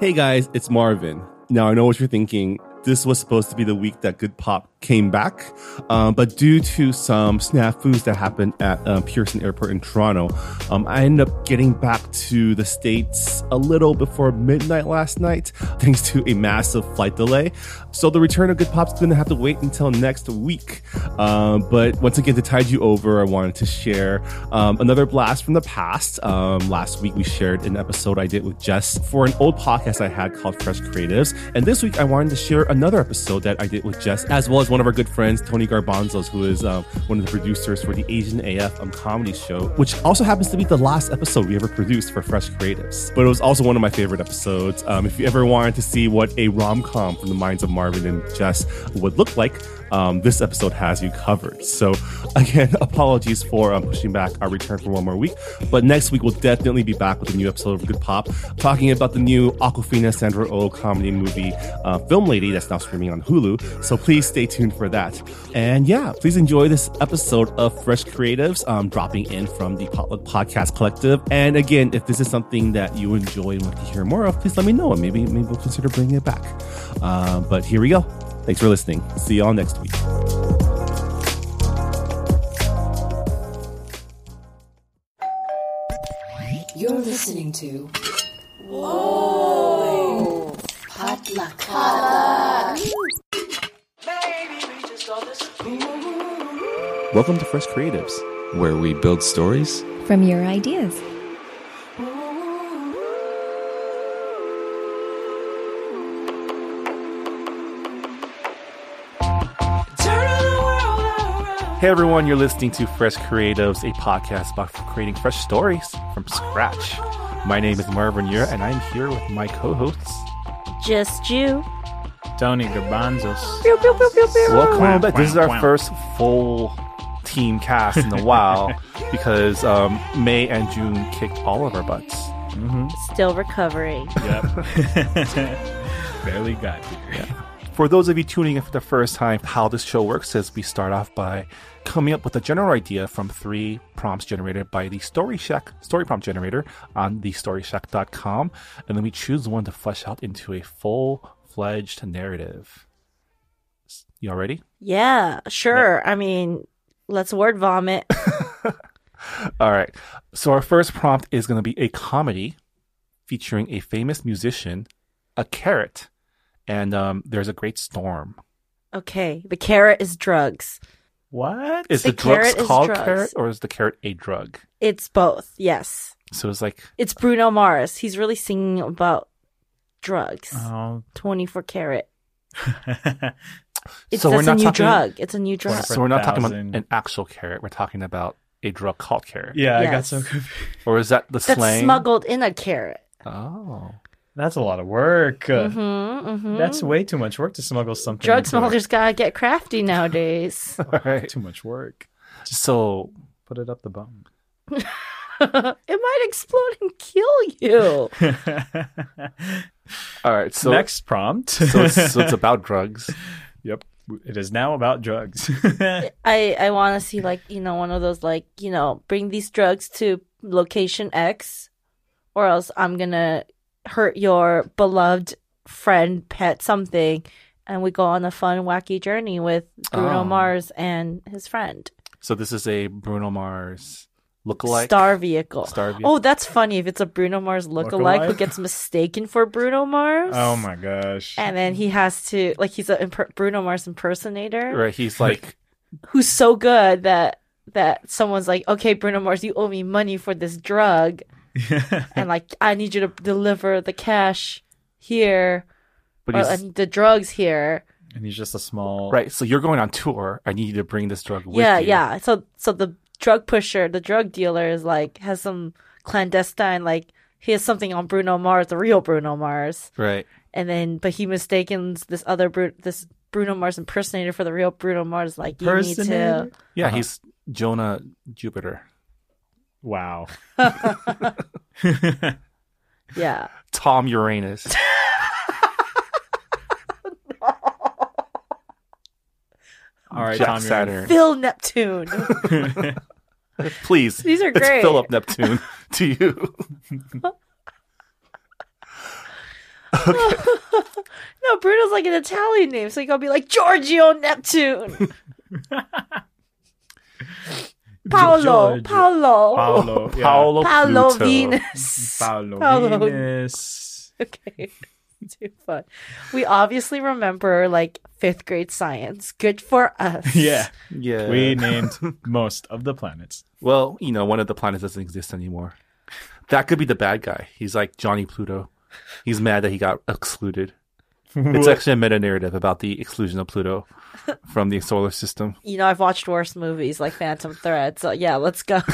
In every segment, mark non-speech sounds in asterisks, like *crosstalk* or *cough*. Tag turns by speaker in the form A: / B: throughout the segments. A: Hey guys, it's Marvin. Now I know what you're thinking. This was supposed to be the week that Good Pop came back, um, but due to some snafus that happened at uh, Pearson Airport in Toronto, um, I ended up getting back to the States a little before midnight last night, *laughs* thanks to a massive flight delay. So the return of Good Pop's going to have to wait until next week. Um, but once again, to tide you over, I wanted to share um, another blast from the past. Um, last week, we shared an episode I did with Jess for an old podcast I had called Fresh Creatives. And this week, I wanted to share another episode that I did with Jess, as well as one of our good friends, Tony Garbanzos, who is um, one of the producers for the Asian AF um, comedy show, which also happens to be the last episode we ever produced for Fresh Creatives. But it was also one of my favorite episodes. Um, if you ever wanted to see what a rom com from the minds of Marvin and Jess would look like, um, this episode has you covered. So, again, *laughs* apologies for um, pushing back our return for one more week. But next week, we'll definitely be back with a new episode of Good Pop, talking about the new Aquafina Sandra O oh comedy movie, uh, Film Lady, that's now streaming on Hulu. So, please stay tuned for that. And yeah, please enjoy this episode of Fresh Creatives um, dropping in from the Potluck Podcast Collective. And again, if this is something that you enjoy and want to hear more of, please let me know. And maybe, maybe we'll consider bringing it back. Um, but here we go. Thanks for listening. See y'all next week.
B: You're listening to
C: Whoa!
B: Potluck.
D: Welcome to Fresh Creatives, where we build stories.
E: from your ideas.
A: Hey everyone, you're listening to Fresh Creatives, a podcast about creating fresh stories from scratch. My name is Marvin Yura, and I'm here with my co-hosts.
F: Just you.
C: Tony Garbanzos.
A: Welcome back. This is our
C: Wow.
A: first full team cast in a
C: *laughs*
A: while because um, May and June kicked all of our butts.
F: Still recovering.
C: Barely got here.
A: For those of you tuning in for the first time, how this show works is we start off by coming up with a general idea from three prompts generated by the Story Shack story prompt generator on thestoryshack.com, and then we choose one to flesh out into a full fledged narrative. S- Y'all ready?
F: Yeah, sure. I mean, let's word vomit.
A: All right. So our first prompt is going to be a comedy featuring a famous musician, a carrot, and um, there's a great storm.
F: Okay, the carrot is drugs.
C: What?
A: Is
F: The
A: the, drugs
F: carrot is
A: called
F: drugs.
A: carrot, or is the carrot a drug?
F: It's both. Yes.
A: So it's like
F: It's Bruno Mars. He's really singing about drugs.
A: Uh-huh.
C: *laughs* Oh.
F: 24 carat. It's
A: So we're
F: that's a
A: not
F: new
A: talking-
F: drug. It's a new drug.
A: So we're not talking about
C: 4,000.
A: an actual carrot. We're talking about a drug called carrot.
C: yeah, I got
F: Yes.
C: so confused.
A: Or is that the
F: That's
A: slang?
F: smuggled in a carrot.
A: *laughs* Oh.
C: That's a lot of work. Uh,
F: hmm
C: That's way too much work to smuggle something.
F: drug
C: into-
F: smugglers gotta get crafty nowadays. *laughs*
A: All right.
C: Too much work.
A: So
C: Put it up the *laughs* bum.
F: it might explode and kill you.
A: all right. So
C: Next *laughs*
A: *laughs*
C: prompt.
A: So it's, *laughs* so it's about drugs.
C: yep. It is now about drugs. *laughs*
F: I I want to see like you know one of those like you know bring these drugs to location X, or else I'm gonna hurt your beloved friend, pet something, and we go on a fun wacky journey with Bruno
A: Oh.
F: Mars and his friend
A: So this is a Bruno Mars lookalike
F: Star Vehicle.
A: Star vehicle.
F: Oh, that's funny if it's a Bruno Mars lookalike who
C: Lookalike?
F: gets mistaken for Bruno Mars.
C: oh my gosh.
F: And then he has to like he's a imper- Bruno Mars impersonator.
A: right. He's
F: *laughs*
A: like
F: who's so good that that someone's like, okay, Bruno Mars, you owe me money for this drug, and like I need you to deliver the cash here,
A: but
F: or I
A: he's
F: need the drugs here.
C: and he's just a small.
A: *laughs* right. So you're going on tour. I need you to bring this drug with
F: yeah,
A: you.
F: yeah. So so the drug pusher, the drug dealer, is like has some clandestine like he has something on Bruno Mars, the real Bruno Mars,
A: Right.
F: and then but he mistakes this other Bru- this Bruno Mars impersonator for the real Bruno Mars. Like you need to.
C: Impersonator?
A: Yeah. He's Jonah Jupiter.
C: Wow.
F: Yeah.
A: Tom Uranus.
F: *laughs*
C: All right,
A: Jack
C: Tom. you're in.
A: Saturn. *laughs*
F: Phil Neptune.
A: Please.
F: These are great.
A: It's
F: *laughs*
A: Philip Neptune to you.
C: Okay.
F: No, Bruno's like an Italian name, so you gotta be like Giorgio Neptune. Paolo,
C: Giorgio.
F: Paolo, Paolo,
C: Paolo. yeah.
A: Oh, Paolo, Pluto.
F: Venus. *laughs*
C: Paolo.
F: Paolo.
C: Venus.
F: Okay, *laughs* too fun. We obviously remember like fifth grade science. Good for us.
C: *laughs* Yeah.
A: Yeah.
C: *laughs* We named most of the planets.
A: Well, you know, one of the planets doesn't exist anymore. That could be the bad guy. He's like Johnny Pluto. He's mad that he got excluded. It's actually a meta narrative about the exclusion of Pluto from the solar system.
F: You know, I've watched worse movies like Phantom Thread. So yeah, let's go. *laughs*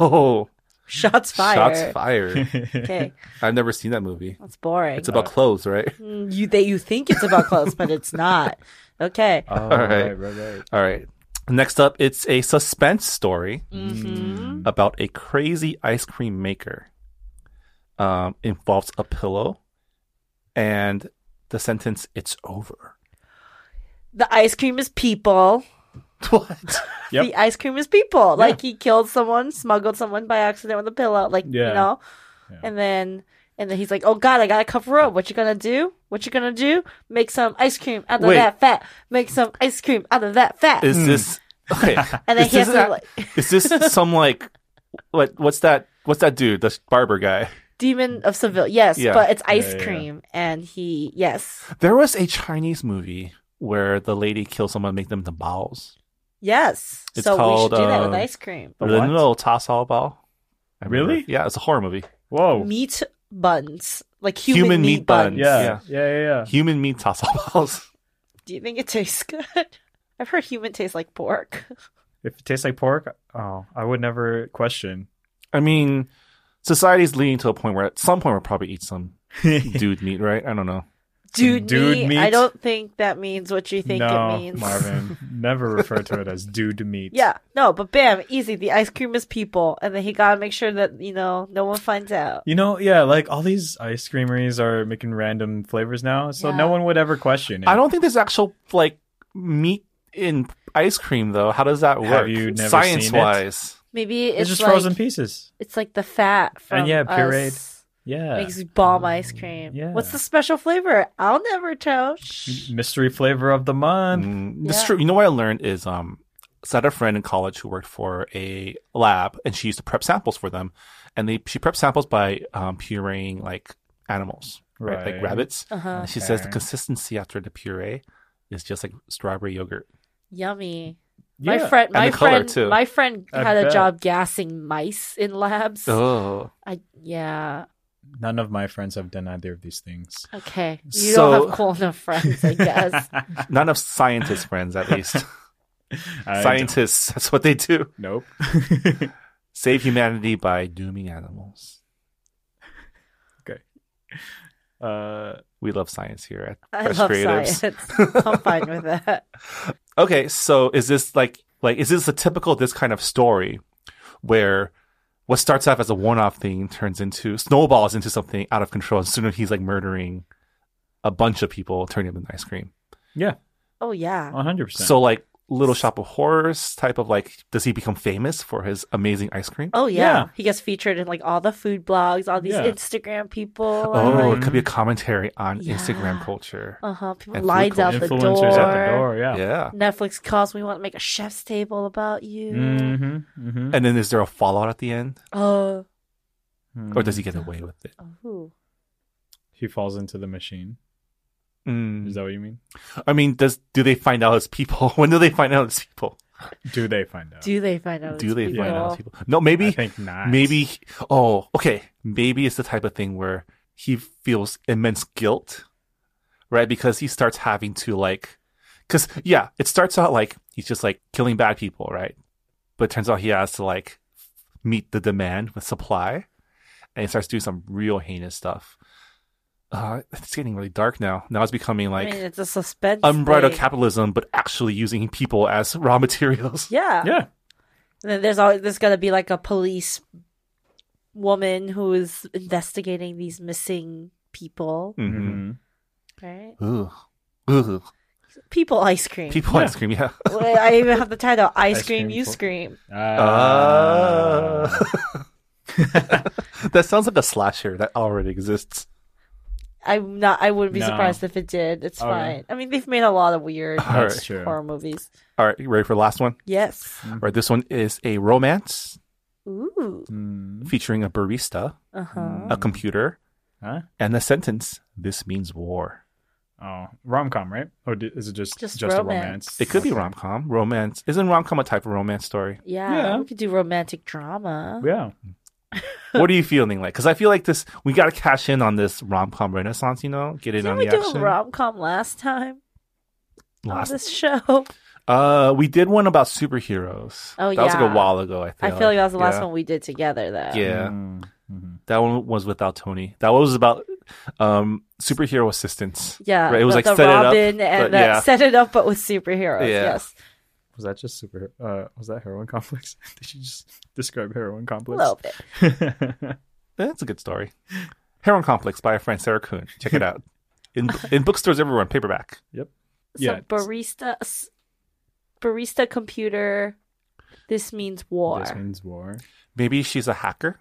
A: Oh,
F: Shots fired.
A: shots fired.
F: Okay,
A: I've never seen that movie.
F: that's boring.
A: It's about clothes, right? *laughs*
F: you that you think it's about clothes, but it's not. Okay.
C: All
A: right.
C: right, right, right.
A: All right. Next up, it's a suspense story about a crazy ice cream maker. Um, involves a pillow, and the sentence "It's over."
F: The ice cream is people.
A: What?
C: Yep.
F: The ice cream is people. Like he killed someone, smuggled someone by accident with a pillow. Like you
C: Yeah.
F: know, and then and then he's like, "Oh God, I gotta cover up. What you gonna do? What you gonna do? Make some ice cream out of
A: Wait.
F: that fat. Make some ice cream out of that fat."
A: Is this okay?
F: And then
A: is
F: he has
A: this,
F: to
A: a-
F: like
A: is this some like what? What's that? What's that dude? The barber guy.
F: demon of Seville. Yes,
A: Yeah.
F: but it's ice
C: yeah, yeah.
F: cream, and he yes,
A: There was a Chinese movie where the lady kills someone, make them the balls.
F: yes.
A: It's
F: so
A: called,
F: we should do that with
A: uh,
F: ice cream.
C: The
A: Or the
C: what?
A: little toss all ball. I remember.
C: Really?
A: Yeah, it's a horror movie.
C: Whoa.
F: Meat buns, like human,
A: Human
F: meat,
A: meat
F: buns.
A: buns.
C: Yeah. Yeah. Yeah. yeah.
A: Human meat toss all balls.
F: Do you think it tastes *laughs* good? I've heard human tastes like pork.
C: If it tastes like pork, oh, I would never question.
A: I mean, society's leading to a point where at some point we'll probably eat
C: *laughs*
A: some dude meat, right? I don't know.
F: Dude,
C: Dude
F: meat,
C: meat?
F: I don't think that means what you think
C: no,
F: it means. *laughs*
C: Marvin, never refer to it as dude meat.
F: Yeah, no, but bam, easy. The ice cream is people, and then he gotta make sure that you know no one finds out.
C: You know, yeah, like all these ice creameries are making random flavors now, so
F: Yeah.
C: no one would ever question it.
A: I don't think there's actual like meat in ice cream though. How does that work?
C: Have you never
A: Science wise.
F: Maybe
C: It's,
F: it's,
C: just
F: like,
C: frozen pieces.
F: It's like the fat from
C: And yeah, pureed.
F: us
C: Yeah.
F: makes bomb ice cream.
C: Yeah. Mm,
F: What's the special flavor? I'll never tell. Shh.
C: Mystery flavor of the month.
A: Mm, That's
F: Yeah.
A: true. You know what I learned is um, so I had a friend in college who worked for a lab, and she used to prep samples for them, and they she prepped samples by um, pureeing like animals, right? Like
C: Right.
A: rabbits.
F: Uh-huh.
A: And she says the
C: Okay.
A: consistency after the puree is just like strawberry yogurt.
F: Yummy.
C: Yeah.
F: My friend,
A: And
F: my
A: the color,
F: friend,
A: too.
F: my friend
C: I
F: had a
C: bet.
F: job gassing mice in labs.
A: Oh,
F: I yeah.
C: None of my friends have done either of these things.
F: Okay, you don't
A: So-
F: have cool enough friends, I
C: *laughs*
F: guess.
A: none of scientist friends at least.
C: I
A: Scientists, that's what they do.
C: don't- Nope.
A: Save humanity by dooming animals.
C: uh,
A: We love science here at
F: I
A: Fresh
F: love
A: Creatives.
F: science. I'm
A: *laughs*
F: fine with that.
A: Okay, so is this like like is this a typical this kind of story where what starts off as a one off thing turns into snowballs into something out of control and sooner he's like murdering a bunch of people, turning them into ice cream.
C: yeah,
F: Oh
A: Um,
F: yeah,
C: 100%.
A: So like Little Shop of Horrors type of like does he become famous for his amazing ice cream?
F: oh yeah.
C: Yeah.
F: He gets featured in like all the food blogs, all these
C: Yeah.
F: Instagram people.
A: Oh,
F: Oh,
A: it could be a commentary on
F: Yeah.
A: Instagram culture.
F: uh huh. People
A: And
F: lines
A: food
F: out the door.
C: Influencers at the door, yeah.
A: yeah.
F: Netflix calls. We want to make a chef's table about you.
A: Mm.
C: Mm-hmm, mm-hmm.
A: And then is there a fallout at the end?
F: Oh,
C: mm-hmm,
A: Or does he get away with it?
F: ooh.
C: He falls into the machine.
A: Mm.
C: Is that what you mean?
A: I mean, does do they find out it's people? *laughs* When do they find out it's people?
C: Do they find out?
F: do they find out?
A: do
F: it's
A: they
F: people?
A: find out it's people? No, maybe
C: I think not.
A: Maybe, oh, okay. Maybe it's the type of thing where he feels immense guilt, right? Because he starts having to, like, because, yeah, it starts out like he's just like killing bad people, right? But it turns out he has to, like, meet the demand with supply and he starts doing some real heinous stuff. Uh, it's getting really dark now. Now it's becoming
F: I
A: like
F: mean, it's a suspense.
A: unbridled
F: thing.
A: capitalism, but actually using people as *laughs* raw materials.
F: Yeah.
C: Yeah.
F: And then there's always there's gonna be like a police woman who is investigating these missing people,
A: Mm-hmm.
C: hmm
F: right?
A: Ooh. Ooh.
F: People ice cream.
A: People ice cream, yeah.
F: Well, I even have the title "Ice,
C: Ice
F: Cream,
C: cream
F: You
C: for-
F: Scream."
A: Ah. *laughs* Uh, that sounds like a slasher that already exists.
F: I'm not. I wouldn't be
C: No.
F: surprised if it did. It's
C: Okay.
F: fine. I mean, they've made a lot of
A: *laughs*
F: weird
A: All right.
C: That's true.
F: horror movies.
A: All right, you ready for the last one?
F: Yes.
A: All right, this one is a romance
F: Ooh.
C: Mm.
A: featuring a barista,
F: Uh huh.
A: a computer,
C: Huh?
A: and the sentence, This means war.
C: Oh, rom com, right? Or d- is it just
F: Just
C: just, a romance?
F: romance.
A: It could be rom com. Romance. Isn't rom com a type of romance story?
F: Yeah,
C: Yeah.
F: We could do romantic drama.
C: Yeah.
A: what are you feeling like? Because I feel like this, we got to cash in on this rom com renaissance, you know? Get in
F: Didn't
A: on
F: we
A: the
F: do
A: action.
F: a rom com last time
A: Last-
F: on this show?
A: uh, we did one about superheroes.
F: Oh,
A: that was like
F: yeah.
A: a while ago, I
F: I
A: feel.
F: feel like that was the last
A: Yeah.
F: one we did together, though.
A: Yeah.
C: hmm
A: That one was without Tony. That one was about um superhero assistance.
F: Yeah,
A: Right, it was
F: the,
A: like
F: the
A: set it up,
F: Robin and
A: but
F: the,
A: yeah.
F: *laughs* set it up, but with superheroes.
A: Yeah.
F: Yes,
C: Was that just super? Uh, was that heroin complex? *laughs* Did you just describe heroin
F: a
C: complex? *laughs*
F: little bit.
A: That's a good story. Heron Complex by our friend Sarah Kuhn. Check it out. In in bookstores everywhere on paperback.
C: Yeah,
F: so
C: it's-
F: barista, s- barista computer. This means war.
C: This means war.
A: Maybe she's a hacker.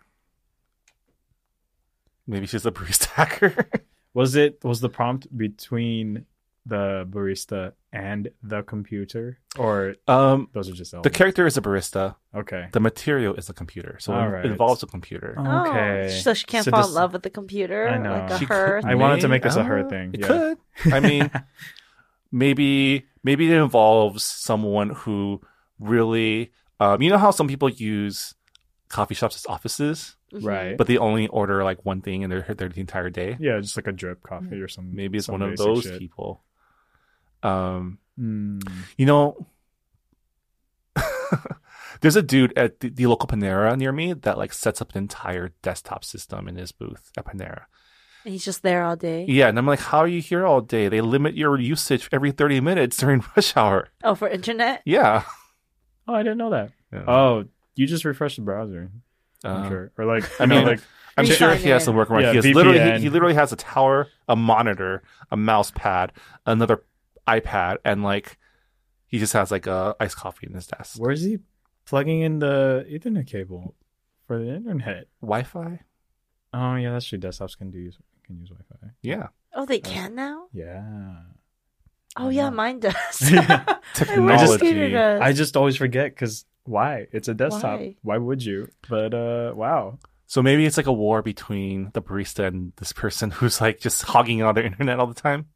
A: Maybe she's a priest hacker. *laughs*
C: Was it? Was the prompt between the barista and the computer, or
A: um
C: those are just
A: the
C: elements?
A: character is a barista.
C: okay.
A: The material is a computer. So it
C: All right.
A: involves a computer.
F: Oh,
C: Okay.
F: so she can't
C: So
F: fall in
C: this-
F: love with the computer,
C: I know.
F: like a
C: She
F: her.
C: I wanted to
A: may-
C: make this a her
A: uh,
C: thing,
A: It
C: yeah.
A: could. I mean, maybe maybe it involves someone who really, um, you know how some people use coffee shops as offices,
F: Mhm.
C: right.
A: but they only order like one thing and they're they're the entire day.
C: yeah, just like a drip coffee or some.
A: Maybe it's
C: some
A: one of
C: basic
A: those
C: shit.
A: people. Um,
F: Hmm.
C: Mm.
A: you know, *laughs* there's a dude at the, the local Panera near me that like sets up an entire desktop system in his booth at Panera.
F: And he's just there all day.
A: Yeah, and I'm like, how are you here all day? They limit your usage every 30 minutes during *laughs* rush hour.
F: Oh, for internet.
A: Yeah. Um,
C: Oh, I didn't know that.
A: Yeah.
C: Oh, you just refreshed the browser. I'm
A: Uh,
C: sure. Or
A: *laughs*
C: like,
A: I
C: I mean,
A: mean-
C: like,
A: I'm
F: Free
A: sure he has
F: sign-in.
A: some workaround.
C: Yeah,
A: he, has literally, he,
C: VPN.
A: he literally has a tower, a monitor, a mouse pad, another iPad, and like he just has like a iced coffee in his desk.
C: where is he plugging in the Ethernet cable for the internet?
A: Wi-Fi?
C: Oh yeah, that's true. Desktops can do use can use Wi-Fi.
A: Yeah.
F: Oh, they can now.
C: Yeah.
F: Oh
C: I
F: yeah,
C: know.
F: mine does. *laughs*
C: *laughs* Yeah.
A: Technology.
C: I just always forget because why? It's a desktop.
F: Why?
C: Why? would you? But uh, wow.
A: So maybe it's like a war between the barista and this person *laughs* who's like just hogging all their internet all the time.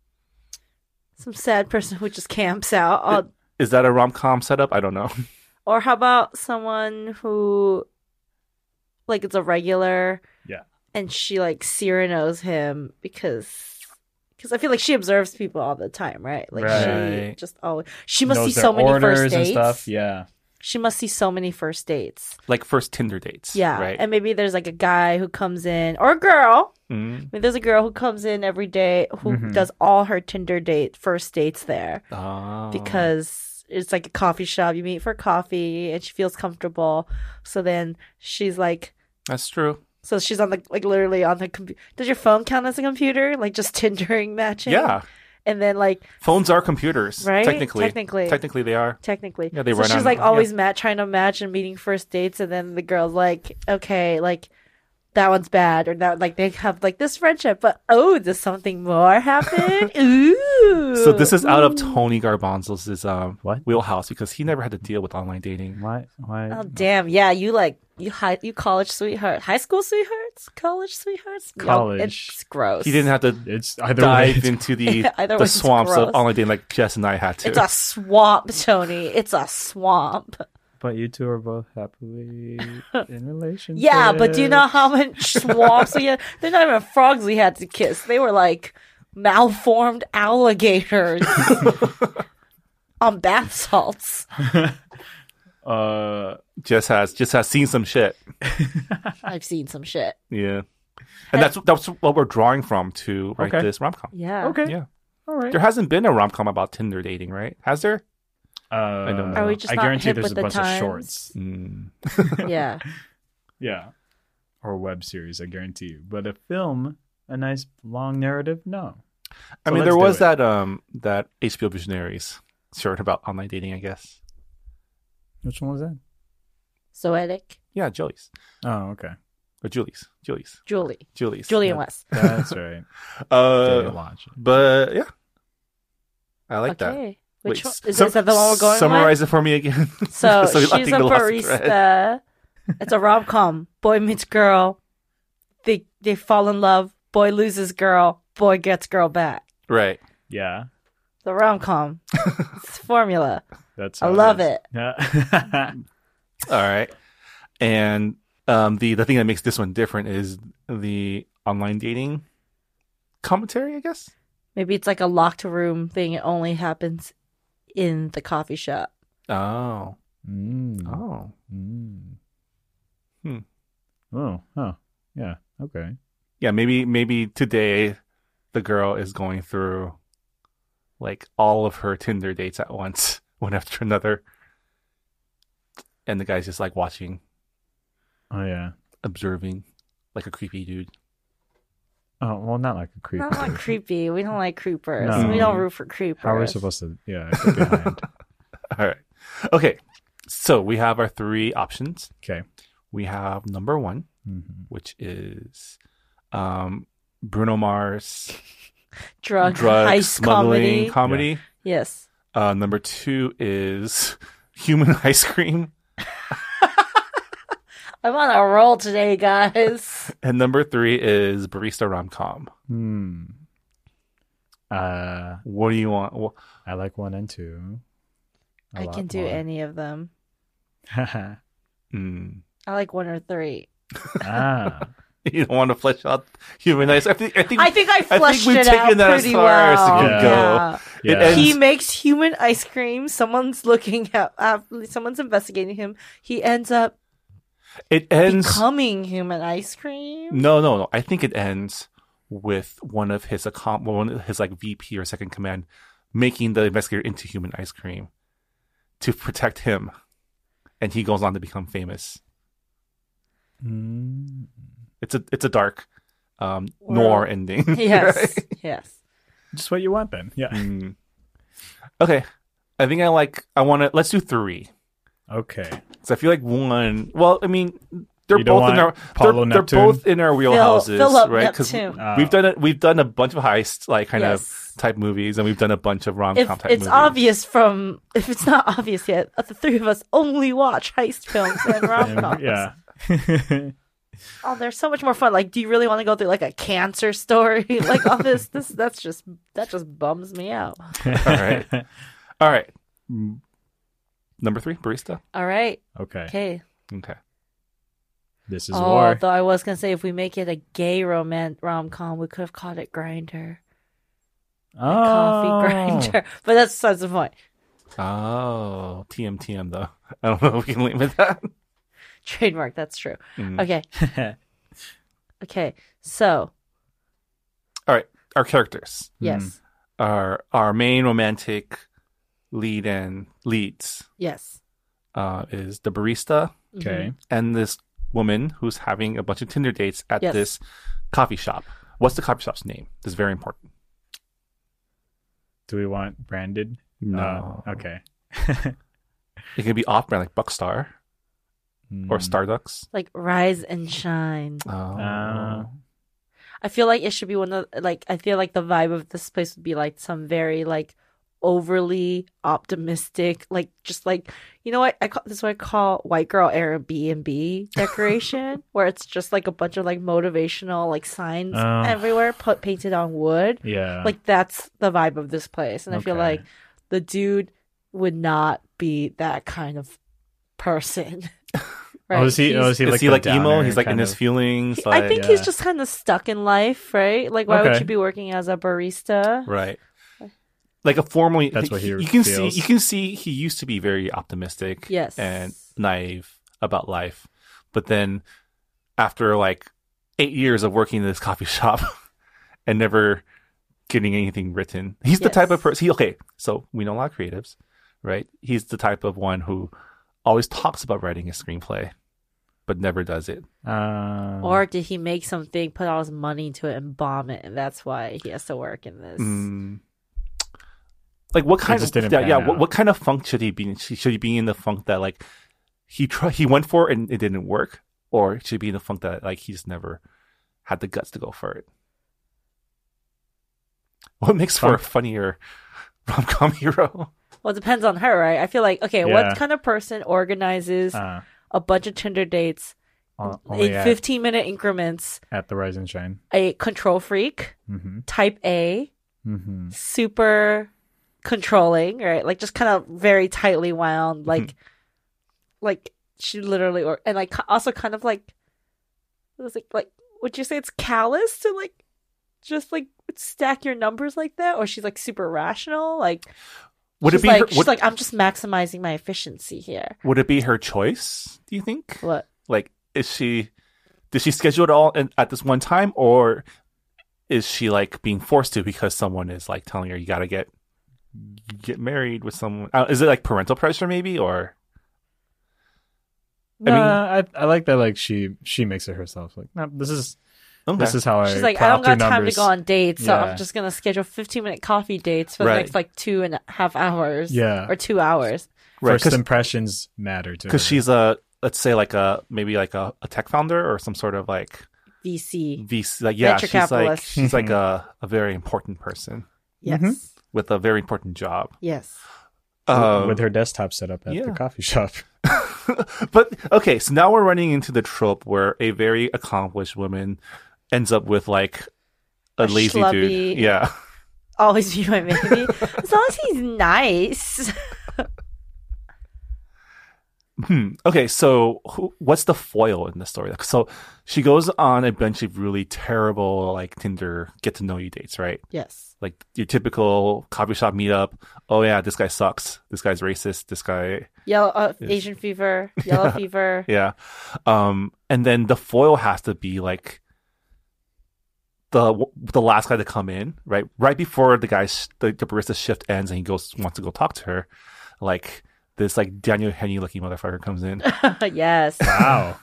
F: Some sad person who just camps out all
A: Is that a rom com setup? I don't know. *laughs*
F: Or how about someone who, like, it's a regular,
C: Yeah.
F: and she like Cyrano's him because, because I feel like she observes people all the time, right? Like she
A: Right.
F: just always she must
C: Knows
F: see
C: their
F: so many first
C: orders
F: dates.
C: and stuff. Yeah.
F: She must see so many first dates.
A: Like first Tinder dates.
F: Yeah,
A: Right.
F: and maybe there's like a guy who comes in or a girl.
A: Mm.
F: I mean, there's a girl who comes in every day who
A: Mm-hmm.
C: Mhm.
F: does all her Tinder date first dates there
A: Oh.
F: because it's like a coffee shop. You meet for coffee, and she feels comfortable. So then she's like,
A: Oh, that's true.
F: so she's on the like literally on the computer. Does your phone count as a computer? Like just *laughs* Tindering matching?
A: Yeah.
F: And then like
A: Phones are computers.
F: Right?
A: Technically.
F: Technically.
A: Technically they are.
F: technically,
A: Yeah, they
F: so
A: run
F: she's
A: on-
F: like
A: yeah.
F: always ma- trying to match and meeting first dates, and then the girl's like, okay, like. That one's bad, or that like they have like this friendship, but oh, does something
A: *laughs*
F: more happen? Ooh.
A: So this is out of Tony Garbanzo's um,
C: What?
A: wheelhouse because he never had to deal with online dating.
C: Why? Why?
F: Oh damn! Yeah, you like you high you college sweetheart, high school sweethearts, college sweethearts. No,
C: College.
F: it's gross.
A: He didn't have to
C: it's either way.
A: dive into the
F: *laughs* Either way,
A: the
F: it's
A: swamps
F: gross.
A: of online dating like Jess and I had to.
F: It's a swamp, Tony. It's a swamp.
C: But you two are both happily in relationship.
F: Yeah, but do you know how much swamps we had? They're not even frogs we had to kiss. They were like malformed
A: *laughs*
F: alligators on bath salts.
C: Uh,
A: *laughs* Jess has just has seen some shit.
F: I've seen some shit.
A: Yeah, and that's that's what we're drawing from to write
C: Okay.
A: this rom com.
F: Yeah.
C: okay.
A: Yeah.
C: All right.
A: There hasn't been a rom com about Tinder dating, right? Has there?
C: Uh, I
A: don't know.
F: Are we just not
C: guarantee
F: hip
C: there's
F: with
C: a
F: the
C: bunch
F: times?
C: of shorts.
A: Mm.
F: Yeah.
C: Yeah. Or a web series, I guarantee you. But a film, a nice long narrative, no.
A: I
C: So
A: mean,
C: let's
A: there
C: do
A: was
C: it.
A: that um that HBO Visionaries short about online dating, I guess.
C: Which one was that?
F: Zoetic.
A: Yeah, Joey's.
C: *laughs* Oh, okay.
A: or Julie's, Julie's,
F: Julie.
A: Julie's,
F: Julie and
A: Yeah.
F: West.
C: That's right. Daniel
A: Uh,
C: Lodge.
A: but yeah, I like that.
F: okay. Which
A: Wait,
F: one? Is,
A: sum-
F: is that the one we're going
A: Summarize it for me again. *laughs*
F: with? So,
A: So I
F: she's
A: think
F: a
A: we lost the
F: barista. it's a rom com. Boy meets girl. They they fall in love. Boy loses girl. Boy gets girl back.
A: right.
C: Yeah,
F: The
A: *laughs*
F: rom com. it's formula.
C: that's.
F: I
C: how
F: love
C: is.
F: it.
C: Yeah. *laughs*
A: All right. And um, the the thing that makes this one different is the online dating commentary, I guess.
F: Maybe it's like a locked room thing. It only happens in the coffee shop.
A: Oh,
C: Mm,
A: oh,
C: mm.
A: Hmm.
C: Oh, huh. Yeah. Okay.
A: yeah. Maybe maybe today the girl is going through like all of her Tinder dates at once, *laughs* one after another, and the guy's just like watching,
C: Oh yeah.
A: observing, like a creepy dude.
C: Oh well, not like a creep.
F: Not like creepy. We don't like creepers.
C: No.
F: We don't root for creepers.
C: How are we supposed to? Yeah. get behind.
A: All right. Okay. So we have our three options.
C: okay.
A: We have number one,
C: Mhm.
A: which is um, Bruno Mars
F: drug,
A: drug
F: heist
A: smuggling comedy.
F: comedy? yes.
A: Uh, number two is *laughs* human ice cream,
F: I'm on a roll today,
C: *laughs*
F: guys.
A: and number three is barista rom com.
C: Hmm. Uh,
A: What do you want? Well,
C: I like one and two. I
F: I can do any of them.
A: mm,
F: I like one or three.
C: *laughs* ah.
A: *laughs* you don't want to flesh out human ice. I think. I think.
F: I think I
A: think
F: flushed
A: we've
F: it
A: taken
F: out
A: that as
F: pretty
A: far as it
F: well.
C: can
A: go.
C: Yeah.
A: It ends-
F: He makes human ice cream. Someone's looking *laughs* at. Uh, someone's investigating him. He ends up
A: it ends.
F: becoming human ice
C: *laughs*
F: cream.
A: no, no, no. I think it ends with one of his accom- one of his like VP or second command making the investigator into human ice cream to protect him, and he goes on to become famous.
C: Mm.
A: It's a it's a dark um,
F: Well,
A: noir ending.
F: Yes. Yes.
C: Just what you want then. Yeah.
A: Mm. *laughs* Okay. I think I like, I want to, let's do three.
C: Okay.
A: Because I feel like one, well, I mean, they're
C: You don't
A: both in
C: want
A: our,
C: Apollo
A: they're, they're
C: Neptune?
A: both in our wheelhouses,
F: fill up
A: right? 'Cause
F: Neptune.
C: Oh.
A: we've done a, we've done a bunch of heist like kind
F: Yes.
A: of type movies, and we've done a bunch of rom com
F: if
A: type
F: it's
A: movies.
F: obvious from if it's not *laughs* obvious yet, the three of us only watch heist films and rom coms.
C: yeah.
F: Oh, they're so much more fun. Like, do you really want to go through like a cancer story? *laughs* like all this, this that's just that just bums me out.
A: *laughs* All right, all right. Mm. Number three, barista.
F: All right,
C: *laughs* Okay.
F: okay.
A: Okay.
C: This is
F: Oh,
C: war.
F: though I was gonna say if we make it a gay romance rom com, we could have called it Grinder,
C: oh.
F: Coffee *laughs* Grinder. But that's besides the point.
A: Oh, TMTM though. I don't know if we can leave with that.
F: Trademark. That's true.
A: Mm.
F: Okay, okay. So
A: All right, our characters.
F: yes,
A: our our main romantic lead and leads
F: yes.
A: uh, is the barista
C: *laughs*
F: Mm-hmm.
C: okay.
A: and this woman who's having a bunch of Tinder dates at
F: Yes.
A: this coffee shop. What's the coffee shop's name? This is very important.
C: Do we want branded?
A: No,
C: Uh, okay.
A: it can be off brand like Buckstar or
C: Mm.
A: Starbucks.
F: Like rise and shine.
A: Oh,
C: Ah.
F: I feel like it should be one of like I feel like the vibe of this place would be like some very like overly optimistic, like just like you know what I call this is what I call white girl Airbnb
C: *laughs*
F: decoration, where it's just like a bunch of like motivational like signs
C: Oh.
F: everywhere put painted on wood.
C: Yeah.
F: Like that's the vibe of this place, and I feel
C: Okay.
F: like the dude would not be that kind of person. *laughs*
C: Oh, is he?
F: He's-
C: Oh, is he
A: is
C: like,
A: he
C: the
A: like emo?
C: downer
A: He's like in
C: kind
A: his
C: of-
A: feelings.
F: He-
A: Like,
F: I think he's
C: yeah.
F: just kind of stuck in life, right? Like, why would
C: Okay.
F: you be working as a barista?
A: right. Like a formally,
C: That's what he
A: you can
C: feels.
A: see. You can see he used to be very optimistic,
F: Yes.
A: and naive about life, but then after like eight years of working in this coffee *laughs* shop and never getting anything written, he's the
F: Yes.
A: type of person. He okay, so we know a lot of creatives, right? He's the type of one who always talks about writing a screenplay, but never does it.
C: Um,
F: Or did he make something, put all his money into it, and bomb it, and that's why he has to work in this?
C: Mm-hmm.
A: Mm. Like what kind
C: just
A: of
C: didn't
A: yeah,
C: pan
A: yeah what,
C: out.
A: what kind of funk should he be in? Should he be in the funk that like he try, he went for it and it didn't work, or it should be in the funk that like he just never had the guts to go for it. What makes for a funnier rom com *laughs* hero?
F: Well, it depends on her, right? I feel like okay,
C: Yeah.
F: what kind of person organizes
C: Uh,
F: a bunch of Tinder dates
C: on- only
F: in
C: at,
F: fifteen minute increments?
C: at the rise and shine.
F: A control freak,
A: Mm-hmm.
C: hmm
F: type A,
C: hmm
F: super controlling, right? Like just kind of very tightly wound,
A: Mm-hmm.
F: like like she literally or and like also kind of like it was like like would you say it's callous to like just like stack your numbers like that or she's like super rational like
A: Would
F: she's
A: it be
F: like
A: her,
F: she's
A: would,
F: like I'm just maximizing my efficiency here.
A: would it be her choice? Do you think?
F: What?
A: Like, is she did she schedule it all in, at this one time, or is she like being forced to because someone is like telling her you got to get get married with someone? Uh, is it like parental pressure, maybe, or
C: I
A: I mean-
C: I, I like that. Like she she makes it herself. Like no, this is this
A: Okay.
C: is how I.
F: She's like, I
C: plow
F: don't got
C: through
F: time to
C: numbers."
F: go on dates, so
C: Yeah.
F: I'm just gonna schedule 15 minute coffee dates for the
A: Right.
F: next like two and a half hours,
C: Yeah.
F: or two hours.
A: right?
C: First
A: Because
C: impressions matter to her.
A: she's a let's say like a maybe like a, a tech founder or some sort of like
F: VC,
A: VC. Like, yeah,
F: Venture
A: she's like
F: capitalist.
A: she's like a, a very important person
F: yes,
A: Mm-hmm. with a very important job.
F: yes.
A: Um,
C: with her desktop set up at the
A: yeah. *laughs*
C: coffee shop.
A: but okay, so now we're running into the trope where a very accomplished woman ends up with like a,
F: A
A: lazy
F: schlubby-
A: dude. Yeah.
F: *laughs*
A: *laughs*
F: Always be my *laughs* baby, as long as he's nice.
A: Hmm. Okay, so who, what's the foil in the story? So she goes on a bunch of really terrible like Tinder get to know you dates, right?
F: yes,
A: Like your typical coffee shop meetup. Oh yeah, this guy sucks. This guy's racist. This guy
F: yellow uh,
A: Yes.
F: Asian fever, *laughs* yellow fever.
A: Yeah. Um, and then the foil has to be like the the last guy to come in, right? Right before the guy's the, the barista shift ends, and he goes wants to go talk to her. Like this, like Daniel Henny looking motherfucker comes
C: *laughs*
A: in.
F: *laughs* yes,
C: Wow.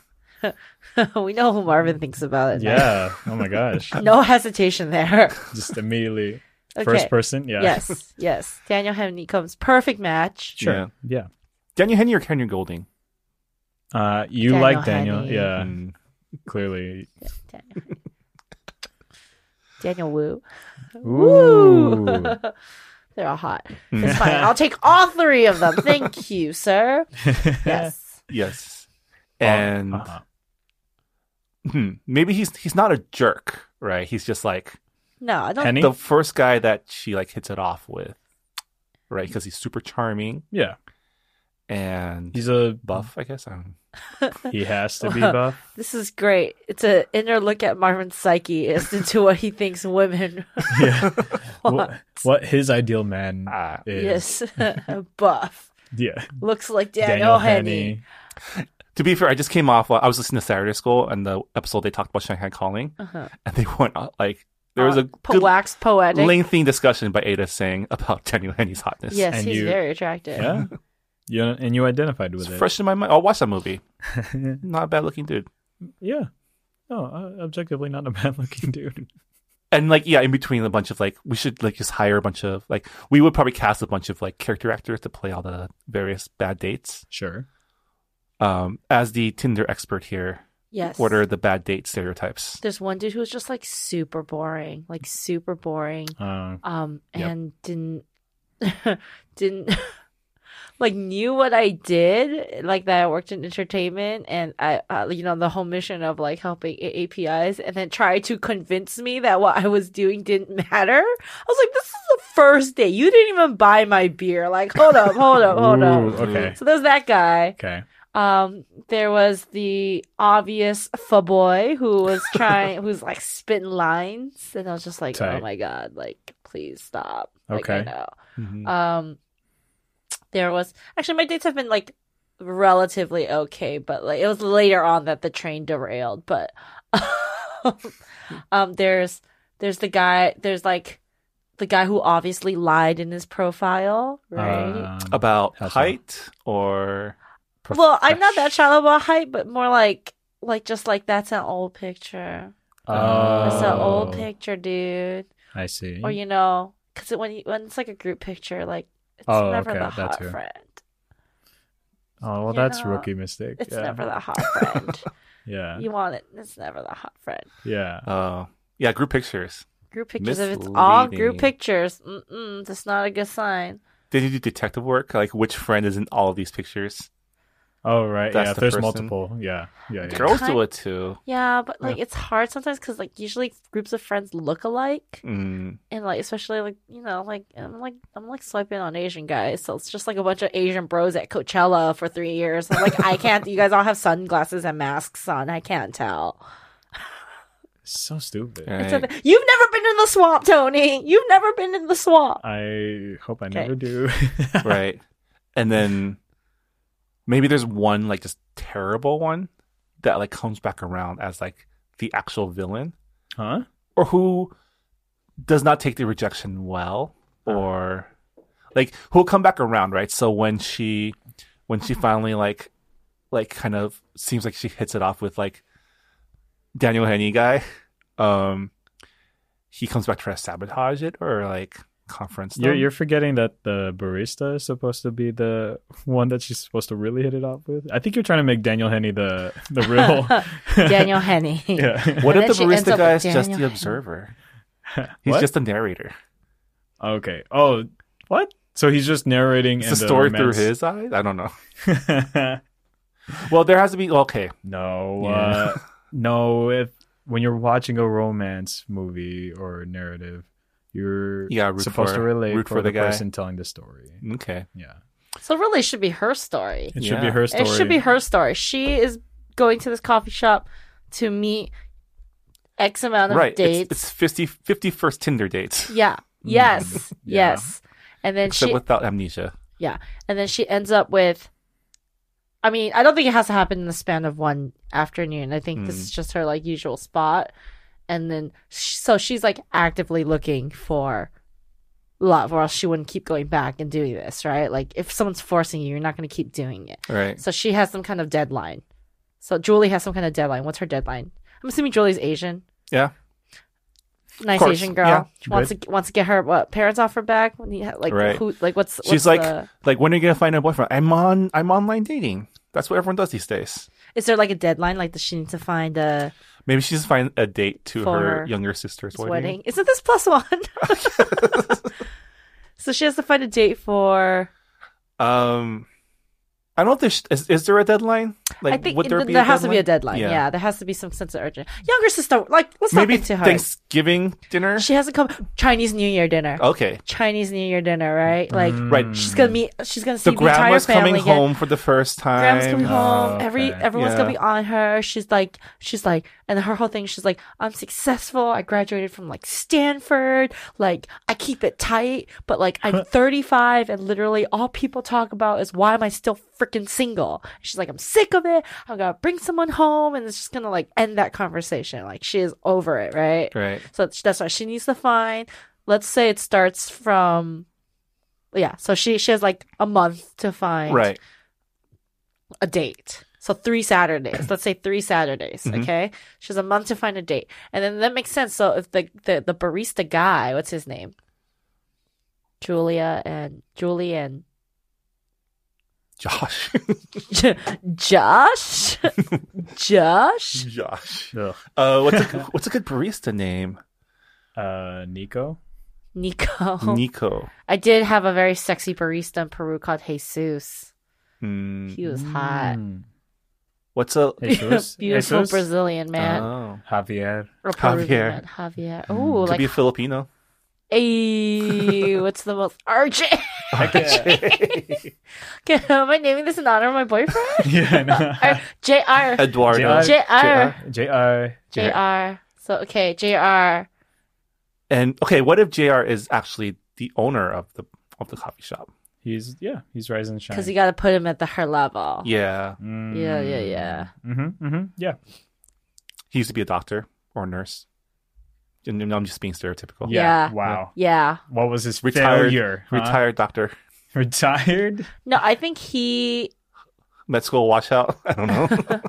F: we know who Marvin thinks about it.
C: yeah. Oh my gosh.
F: *laughs* no hesitation there.
C: Just immediately
F: Okay.
C: first person.
F: *laughs*
C: Yeah.
F: yes, yes. Daniel Henry comes perfect match.
C: Sure. Yeah.
A: Daniel Henny or Henry Golding?
C: Uh, you
F: Daniel
C: like Daniel.
F: Haney.
C: Yeah.
A: Mm.
C: Clearly.
F: Daniel, *laughs* Daniel Wu.
C: Ooh.
F: *laughs* They're all hot. It's
C: *laughs*
F: fine. I'll take all three of them. Thank you, sir. Yes.
A: Yes. And
C: Uh-huh.
A: hmm, maybe he's he's not a jerk, right? He's just like
F: No, I don't.
C: Henny?
A: the first guy that she like hits it off with, right? Because he's super charming
C: yeah.
A: and
C: He's a
A: buff, I guess. I don't
C: He has
F: *laughs*
C: to be buff.
F: This is great. It's an inner look at Marvin's psyche as to what he thinks women.
C: yeah. What, what his ideal man
A: *laughs* Ah.
C: is.
F: Yes, *laughs* buff
C: Yeah.
F: looks like Daniel, Henny.
C: Haney.
A: To be fair, I just came off. I was listening to Saturday School, and the episode they talked about Shanghai Calling,
F: Uh-huh.
A: and they went on, like there was a
F: Uh, po-
A: good
F: wax poetic.
A: lengthy discussion by Ada saying about *laughs* Daniel Henny's hotness.
F: Yes,
C: And
F: he's
C: you-
F: very attractive.
C: Yeah. You and you identified
A: it's
C: with it.
A: fresh in my mind. I'll watch that movie. Not a bad looking dude.
C: *laughs* Yeah. No, uh, objectively not a *laughs* bad looking dude.
A: And like yeah, in between a bunch of like we should like just hire a bunch of like we would probably cast a bunch of like character actors to play all the various bad dates.
C: Sure.
A: Um, as the Tinder expert here,
F: Yes.
A: what are the bad date stereotypes?
F: There's one dude who was just like super boring, like super boring.
C: Uh,
F: um
A: Yep.
F: and didn't *laughs* didn't *laughs* like knew what I did like that I worked in entertainment and I uh, you know the whole mission of like helping A- APIs and then tried to convince me that what I was doing didn't matter. I was like this is the first day. You didn't even buy my beer. Like hold up, hold up, hold
C: Ooh,
F: up.
C: okay.
F: So there's that guy.
C: Okay.
F: Um, there was the obvious fuboy who
C: *laughs*
F: was trying, who's like spitting lines, and I was just like,
C: Tight.
F: oh my god, like please stop.
C: Okay.
F: Like,
C: Mm-hmm.
F: I know. Um, there was actually my dates have been like relatively okay, but like it was later on that the train derailed. But *laughs* um, there's there's the guy there's like the guy who obviously lied in his profile, right?
C: Um,
A: About
C: How so?
A: height or
F: Well, I'm not that shallow about height, but more like like just like that's an old picture. That's an old
C: oh,
F: picture, dude.
C: I see.
F: Or you know, because when you, when it's like a group picture, like it's
C: Oh,
F: never
C: okay,
F: the
C: that
F: hot
C: too.
F: friend.
C: oh well,
F: you
C: that's
F: know,
C: rookie mistake.
F: It's
C: yeah. *laughs*
F: never the hot friend.
C: Yeah.
F: You want it. It's never the hot friend.
C: Yeah.
A: Uh, yeah, group pictures.
F: Group pictures. If it's all
A: Misleading.
F: group pictures, mm-mm, that's not a good sign.
A: Did you do detective work? Like which friend is in all of these pictures?
C: Oh right.
A: That's
C: yeah. If
A: the
C: there's
A: person.
C: multiple. Yeah. Yeah. yeah.
A: Girls
F: Kind-
A: do it too.
F: Yeah, but like it's hard sometimes because like usually groups of friends look alike,
A: Mm.
F: and like especially like you know like I'm like I'm like swiping on Asian guys, so it's just like a bunch of Asian bros at Coachella for three years. I'm like I can't. You guys all have sunglasses and masks on. I can't tell.
C: So stupid.
A: Right.
F: It's a- You've never been in the swamp, Tony. You've never been in the swamp.
C: I hope I
F: Okay.
C: never do.
A: *laughs*
C: *laughs*
A: right. And then maybe there's one like just terrible one that like comes back around as like the actual villain
C: Huh?
A: or who does not take the rejection well
C: Uh-huh.
A: or like who'll come back around, right? So when she when
C: Mm-hmm.
A: she finally like like kind of seems like she hits it off with like Daniel Henney guy, um he comes back to try to sabotage it or like conference
C: You're
A: them.
C: you're forgetting that the barista is supposed to be the one that she's supposed to really hit it off with. I think you're trying to make Daniel Henney the
F: *laughs*
C: the real
F: Daniel Henny.
C: *laughs* yeah.
A: *laughs* What
F: And
A: if the
F: then she ends
A: barista
F: up
A: guy is
F: with
A: just
F: Daniel
A: the
F: Henney.
C: *laughs*
A: observer? He's
C: What?
A: just the narrator.
C: Okay. Oh, what? So he's just narrating
A: It's
C: and
A: a
C: the
A: story through
C: romance-
A: his eyes. I don't know. *laughs*
C: *laughs* no.
A: Well, there has to be okay.
C: Uh, no. If when you're watching a romance movie or narrative, you're
A: Yeah, root
C: supposed
A: for-
C: to relate
A: root
C: for,
A: for
C: the,
A: the guy.
C: person telling the story.
A: Okay.
C: Yeah.
F: So really, it should be her story.
C: It should
A: Yeah.
C: be her story.
F: It should be her story. She is going to this coffee shop to meet X amount of
A: right. it's-
F: dates.
A: It's, 50, 50 first Tinder
F: *laughs*
A: dates. *laughs*
F: Yeah. Yes.
C: Yeah.
F: Yes. And then
A: Except
F: she
A: without amnesia.
F: Yeah. And then she ends up with I mean, I don't think it has to happen in the span of one afternoon. I think this
A: Mm.
F: is just her like usual spot. And then sh- so she's like actively looking for love or else she wouldn't keep going back and doing this, right? Like if someone's forcing you, you're not going to keep doing it.
A: Right.
F: So she has some kind of deadline. So Julie has some kind of deadline. What's her deadline? I'm assuming Julie's Asian.
A: Yeah.
F: Nice
A: course,
F: Asian girl.
A: yeah.
F: She wants to wants to get her what parents off her back. When you ha- Like
A: Right.
F: who? Like what's? what's
A: She's like
F: the-
A: like when are you gonna find a boyfriend? I'm on I'm online dating. That's what everyone does these days.
F: is there like a deadline? Like does she need to find a
A: Maybe she just find a date to
F: For
A: her,
F: her
A: younger sister's
F: wedding?
A: wedding.
F: Isn't this
A: *laughs*
F: plus one? so she has to find a date for.
A: Um I don't think is, is there a deadline? Like
F: I think
A: would there
F: th-
A: be
F: there
A: a
F: has to be a
A: deadline?
F: deadline. Yeah. there has to be some sense of urgency. Younger sister, like let's
A: Maybe
F: not be too hard.
A: Thanksgiving dinner?
F: She hasn't come Chinese New Year dinner.
A: Okay.
F: Chinese New Year dinner, right? Like
A: Right.
F: she's gonna meet. She's gonna see
A: Mm. the
F: the entire
A: grandma's
F: family.
A: coming
F: again.
A: home for the first time.
F: Grandma's
A: *laughs*
F: coming home.
C: Oh,
F: Every
C: okay.
F: everyone's
A: Yeah.
F: gonna be on her. She's like, she's like, and her whole thing. She's like, I'm successful. I graduated from like Stanford. Like I keep it tight, but like
A: *laughs*
F: I'm 35, and literally all people talk about is why am I still freaking single? She's like, I'm sick of it. I'm gonna bring someone home, and it's just gonna like end that conversation. Like she is over it, right?
A: Right.
F: So that's- that's why she needs to find. Let's say it starts from, yeah. So she she has like a month to find
A: Right.
F: a date. So three Saturdays. Let's say three Saturdays.
A: Mhm.
F: Okay, she has a month to find a date, and then that makes sense. So if the the, the barista guy, what's his name? Julia and Julie and
A: Josh.
F: *laughs*
A: *laughs*
F: Josh, Josh.
A: Josh.
C: Ugh.
A: Uh, what's a, what's a good barista
F: *laughs*
A: name?
C: Uh, Nico.
F: Nico.
A: Nico.
F: I did have a very sexy barista in Peru called Jesus.
A: Mm.
F: He was hot.
C: Mm.
A: What's a
F: *laughs*
C: Jesus.
F: Beautiful
C: Jesus?
F: Brazilian man.
A: Oh. *laughs*
C: Javier.
F: Or Peruvian
A: Javier.
F: man. Javier.
C: Mm.
F: Ooh,
A: Could
F: like,
A: be a Filipino.
F: hey, what's the most RJ? Okay, *laughs* am I naming this in honor of my boyfriend?
C: *laughs* yeah. I know.
A: *laughs*
F: Or JR.
A: Eduardo.
C: JR.
F: JR.
C: J.R.
F: JR. So, okay, JR.
A: And okay, what if JR is actually the owner of the of the coffee shop?
C: He's yeah. He's rise and shine.
F: Because you got to put him at the her level.
A: Yeah.
C: Mm.
F: Yeah, yeah, yeah.
C: Mm-hmm. Mm-hmm. Yeah.
A: He used to be a doctor or a nurse. And now I'm just being stereotypical.
F: Yeah.
C: Wow.
F: Yeah.
C: What was his
A: Retired
C: failure? huh?
A: Retired doctor. *laughs*
C: Retired.
F: No, I think he. *laughs*
A: Med school *laughs* washout. I don't know.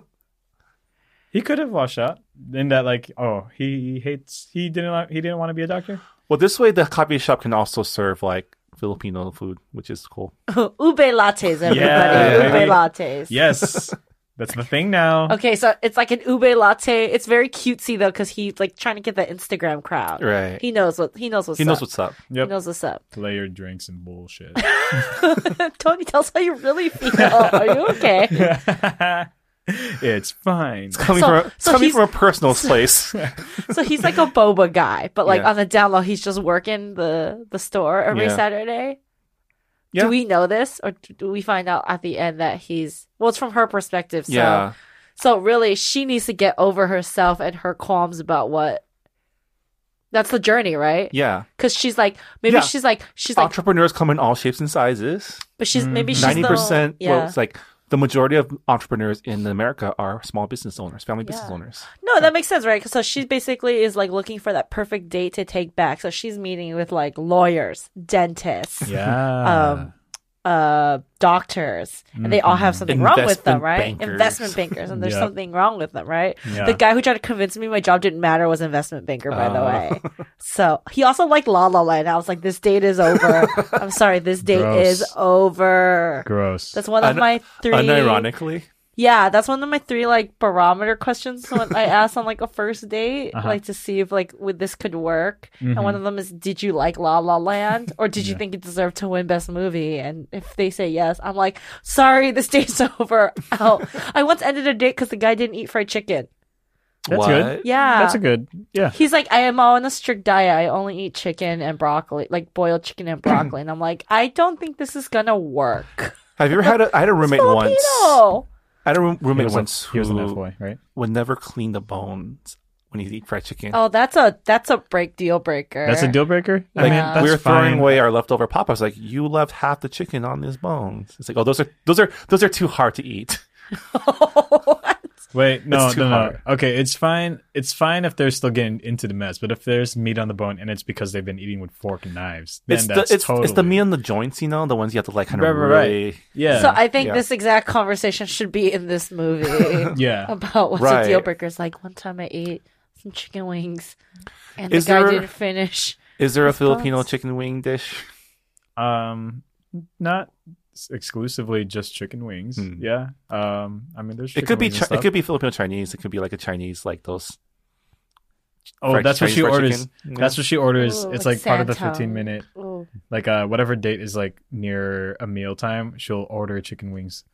C: He could have washed out in that like oh he hates he didn't like, he didn't want to be a doctor.
A: well, this way the coffee shop can also serve like Filipino food, which is cool.
F: Ube lattes, everybody.
C: Yeah,
F: Ube *laughs*
C: baby.
F: lattes.
C: Yes. That's the thing now.
F: Okay, so it's like an ube latte. It's very cutesy though, because he's like trying to get the Instagram crowd.
A: Right.
F: He knows what he knows what's
A: he knows
F: up.
A: what's up.
F: He knows what's up. *laughs*
C: Layered drinks and bullshit. *laughs*
F: Tony, tell us how you really feel. Are you okay?
C: it's fine.
A: Coming
F: So-
A: from a, it's
F: so
A: coming
F: he's-
A: from a
F: *laughs*
A: personal place. *laughs*
F: So he's like a boba guy, but like
A: Yeah.
F: on the down low, he's just working the the store every
A: Yeah.
F: Saturday.
A: Yeah.
F: Do we know this, or d- do we find out at the end that he's well? It's from her perspective. So.
A: yeah.
F: So really, she needs to get over herself and her qualms about what. That's the journey, right?
A: Yeah.
F: Because she's like, maybe
A: Yeah.
F: she's like, she's like,
A: Entrepreneurs come in all shapes and sizes.
F: but she's maybe she's
A: Mm-hmm. Ninety percent.
F: The, yeah.
A: Well, it's like the majority of entrepreneurs in America are small business owners, family business
F: Yeah.
A: owners.
F: No, that makes sense, right? 'Cause So she basically is like looking for that perfect date to take back. So she's meeting with like lawyers, dentists, *laughs*
C: Yeah.
F: um, uh, doctors, and they all have something wrong with
A: Mm-hmm.
F: them,
A: Investment
F: right?
A: bankers.
F: Investment bankers, and there's
C: Yeah.
F: something wrong with them, right?
C: Yeah.
F: The guy who tried to convince me my job didn't matter was investment banker, by the
A: Oh.
F: way. So he also liked La La Land. I was like, this date
A: *laughs*
F: is over. I'm sorry, this date
C: Gross.
F: is over.
C: Gross.
F: That's one of
A: An-
F: my three.
A: Unironically,
F: Yeah, that's one of my three like barometer
C: *laughs*
F: questions when I asked on like a first date,
C: Uh-huh. Mm-hmm.
F: like to see if like would this could work. And one of them is, did you like La La Land, or did you think it deserved to win Best Movie? And if they say yes, I'm like, sorry, this date's *laughs* over. Out. I once ended a date because the guy didn't eat fried chicken.
C: That's
A: what?
C: good.
F: Yeah,
C: That's a good. Yeah.
F: He's like, I am on a strict diet. I only eat chicken and broccoli, like boiled chicken
C: *clears throat*
F: and broccoli. and I'm like, I don't think this is gonna work.
A: Have you ever had a? I had a roommate once.
F: Filipino.
A: I had a room,
C: He
A: roommate
C: was, a-
A: once
C: he was an
A: who
C: F-boy, right?
A: would never clean the bones when he eat fried chicken.
F: Oh, that's a that's a break deal breaker.
C: That's a deal breaker? I
A: Like,
C: mean,
F: Yeah.
C: that's
A: we were
C: fine.
A: throwing away our leftover pop. I was like, "You left half the chicken on these bones." It's like, "Oh, those are those are those are too hard to eat."
F: *laughs*
C: Wait, no,
A: It's too
C: no, no.
A: hard.
C: Okay, it's fine. It's fine if they're still getting into the mess, but if there's meat on the bone and it's because they've been eating with fork and knives, then
A: it's the
C: that's
A: it's,
C: totally
A: it's the meat on the joints, you know, the ones you have to like kind
C: Right,
A: of
C: right, right.
A: really.
C: Yeah,
F: So I think
A: Yeah.
F: this exact conversation should be in this movie
C: *laughs* yeah.
F: about what's a
A: Right.
F: deal breaker. It's like one time I ate some chicken wings and
A: Is
F: the guy
A: there-
F: didn't finish.
A: Is there a Filipino
F: bones.
A: chicken wing dish?
F: Oh.
C: Um, not s- exclusively just chicken wings.
A: Hmm.
C: Yeah. Um, I mean, there's
A: it could be Chi-
C: chicken wings and
A: it
C: stuff.
A: could be Filipino Chinese. It could be like a Chinese like those.
C: Oh,
A: fried
C: that's what she
A: Chinese fried
C: orders.
A: chicken. Yeah.
C: That's what she orders.
F: Ooh,
C: it's
F: like
C: like part of the
F: Santong.
C: 15 minute,
F: Ooh.
C: like uh, whatever date is like near a meal time, she'll order chicken wings.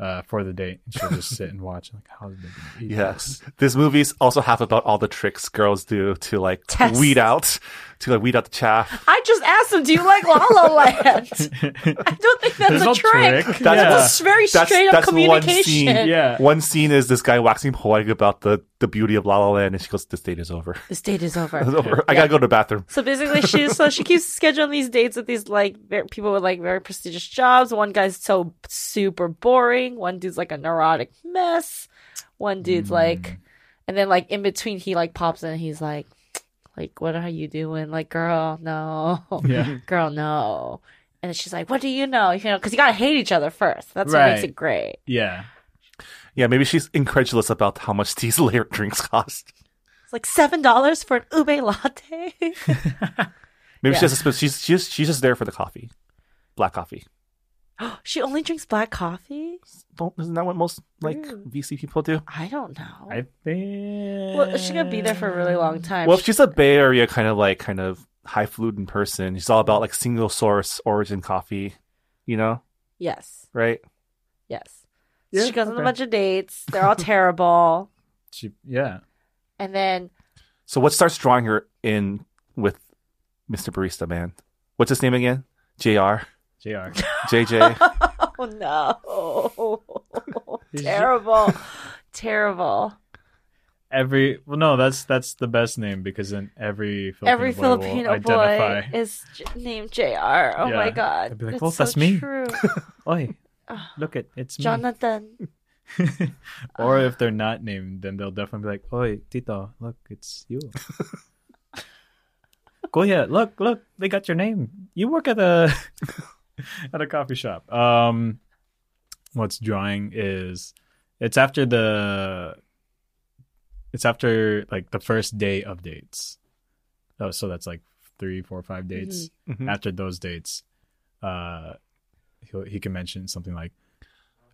C: Uh, for the date, and
F: *laughs*
C: she'll just sit and watch. Like, how are they gonna eat
A: Yes, this movie's also half about all the tricks girls do to like
F: Test.
A: weed out, to like weed out the chaff.
F: I just asked him, "Do you like La
A: *laughs*
F: La Land?" *laughs*
C: this?
F: I
C: *laughs*
F: don't think that's
C: There's
F: a
C: no
F: trick.
C: trick.
F: That's a very
A: That's-
F: *laughs* straight up
A: that's one
F: communication.
A: scene.
C: Yeah.
A: One scene is this guy waxing poetic about the, the beauty of La La Land, and she goes, "This date is over. *laughs*
F: This date is
A: It's
F: over.
A: over. I gotta go to the bathroom."
F: So basically, she so she keeps scheduling these dates with these like ver- people with like very prestigious jobs. One guy's so super boring. One dude's like a neurotic mess. One
C: Hmm.
F: dude's like, and then like in between, he like pops in. And he's like, like, what are you doing? Like, girl, no,
C: *laughs* Yeah.
F: *laughs* girl, no. And she's like, what do you know? You know, because you gotta hate each other first. That's what makes
C: Right.
F: it great.
C: Yeah.
A: Yeah, maybe she's incredulous about how much these *laughs* layered drinks cost.
F: It's like seven dollars for an ube latte. *laughs*
A: Maybe
F: Yeah.
A: she has a sp- she's she's she's just there for the coffee, black coffee.
F: she only drinks black coffee.
A: Don't, isn't that what most like VC people do?
F: I don't know.
C: I think.
F: Well, she's gonna be there for a really long
C: Mm.
F: time.
A: Well, if she's a Bay Area kind of like kind of highfalutin person, she's all about like single source origin coffee, you know,
F: yes,
A: right?
F: yes.
C: Yeah,
F: she goes on a
C: okay.
F: bunch of dates. They're all terrible,
C: She, yeah.
F: and
C: *laughs*
F: then
A: So what starts drawing her in with Mr. Barista Man? What's his name again? Jr.
F: *laughs*
C: JR.
A: JJ.
F: oh no,
C: *laughs*
F: terrible, terrible.
C: Every well, no, that's that's the best name because then every Filipino
F: Every
C: boy will
F: Filipino boy
C: identify.
F: is j- named Jr. Oh my
C: Yeah.
F: god,
C: I'd be like,
F: it's
C: well,
F: so
C: *laughs* that's me.
F: True,
C: Oi, look at it's me. *laughs*
F: Jonathan.
C: or if they're not named, then they'll definitely be like, "Oi, Tito, look, it's you." Kuya, look, look, they got your name. You work at a *laughs* at a coffee shop. Um, what's drawing is it's after the it's after like the first day of dates. Oh, so that's like three, four, five dates.
A: Mhm.
C: After those dates, uh, he he can mention something like,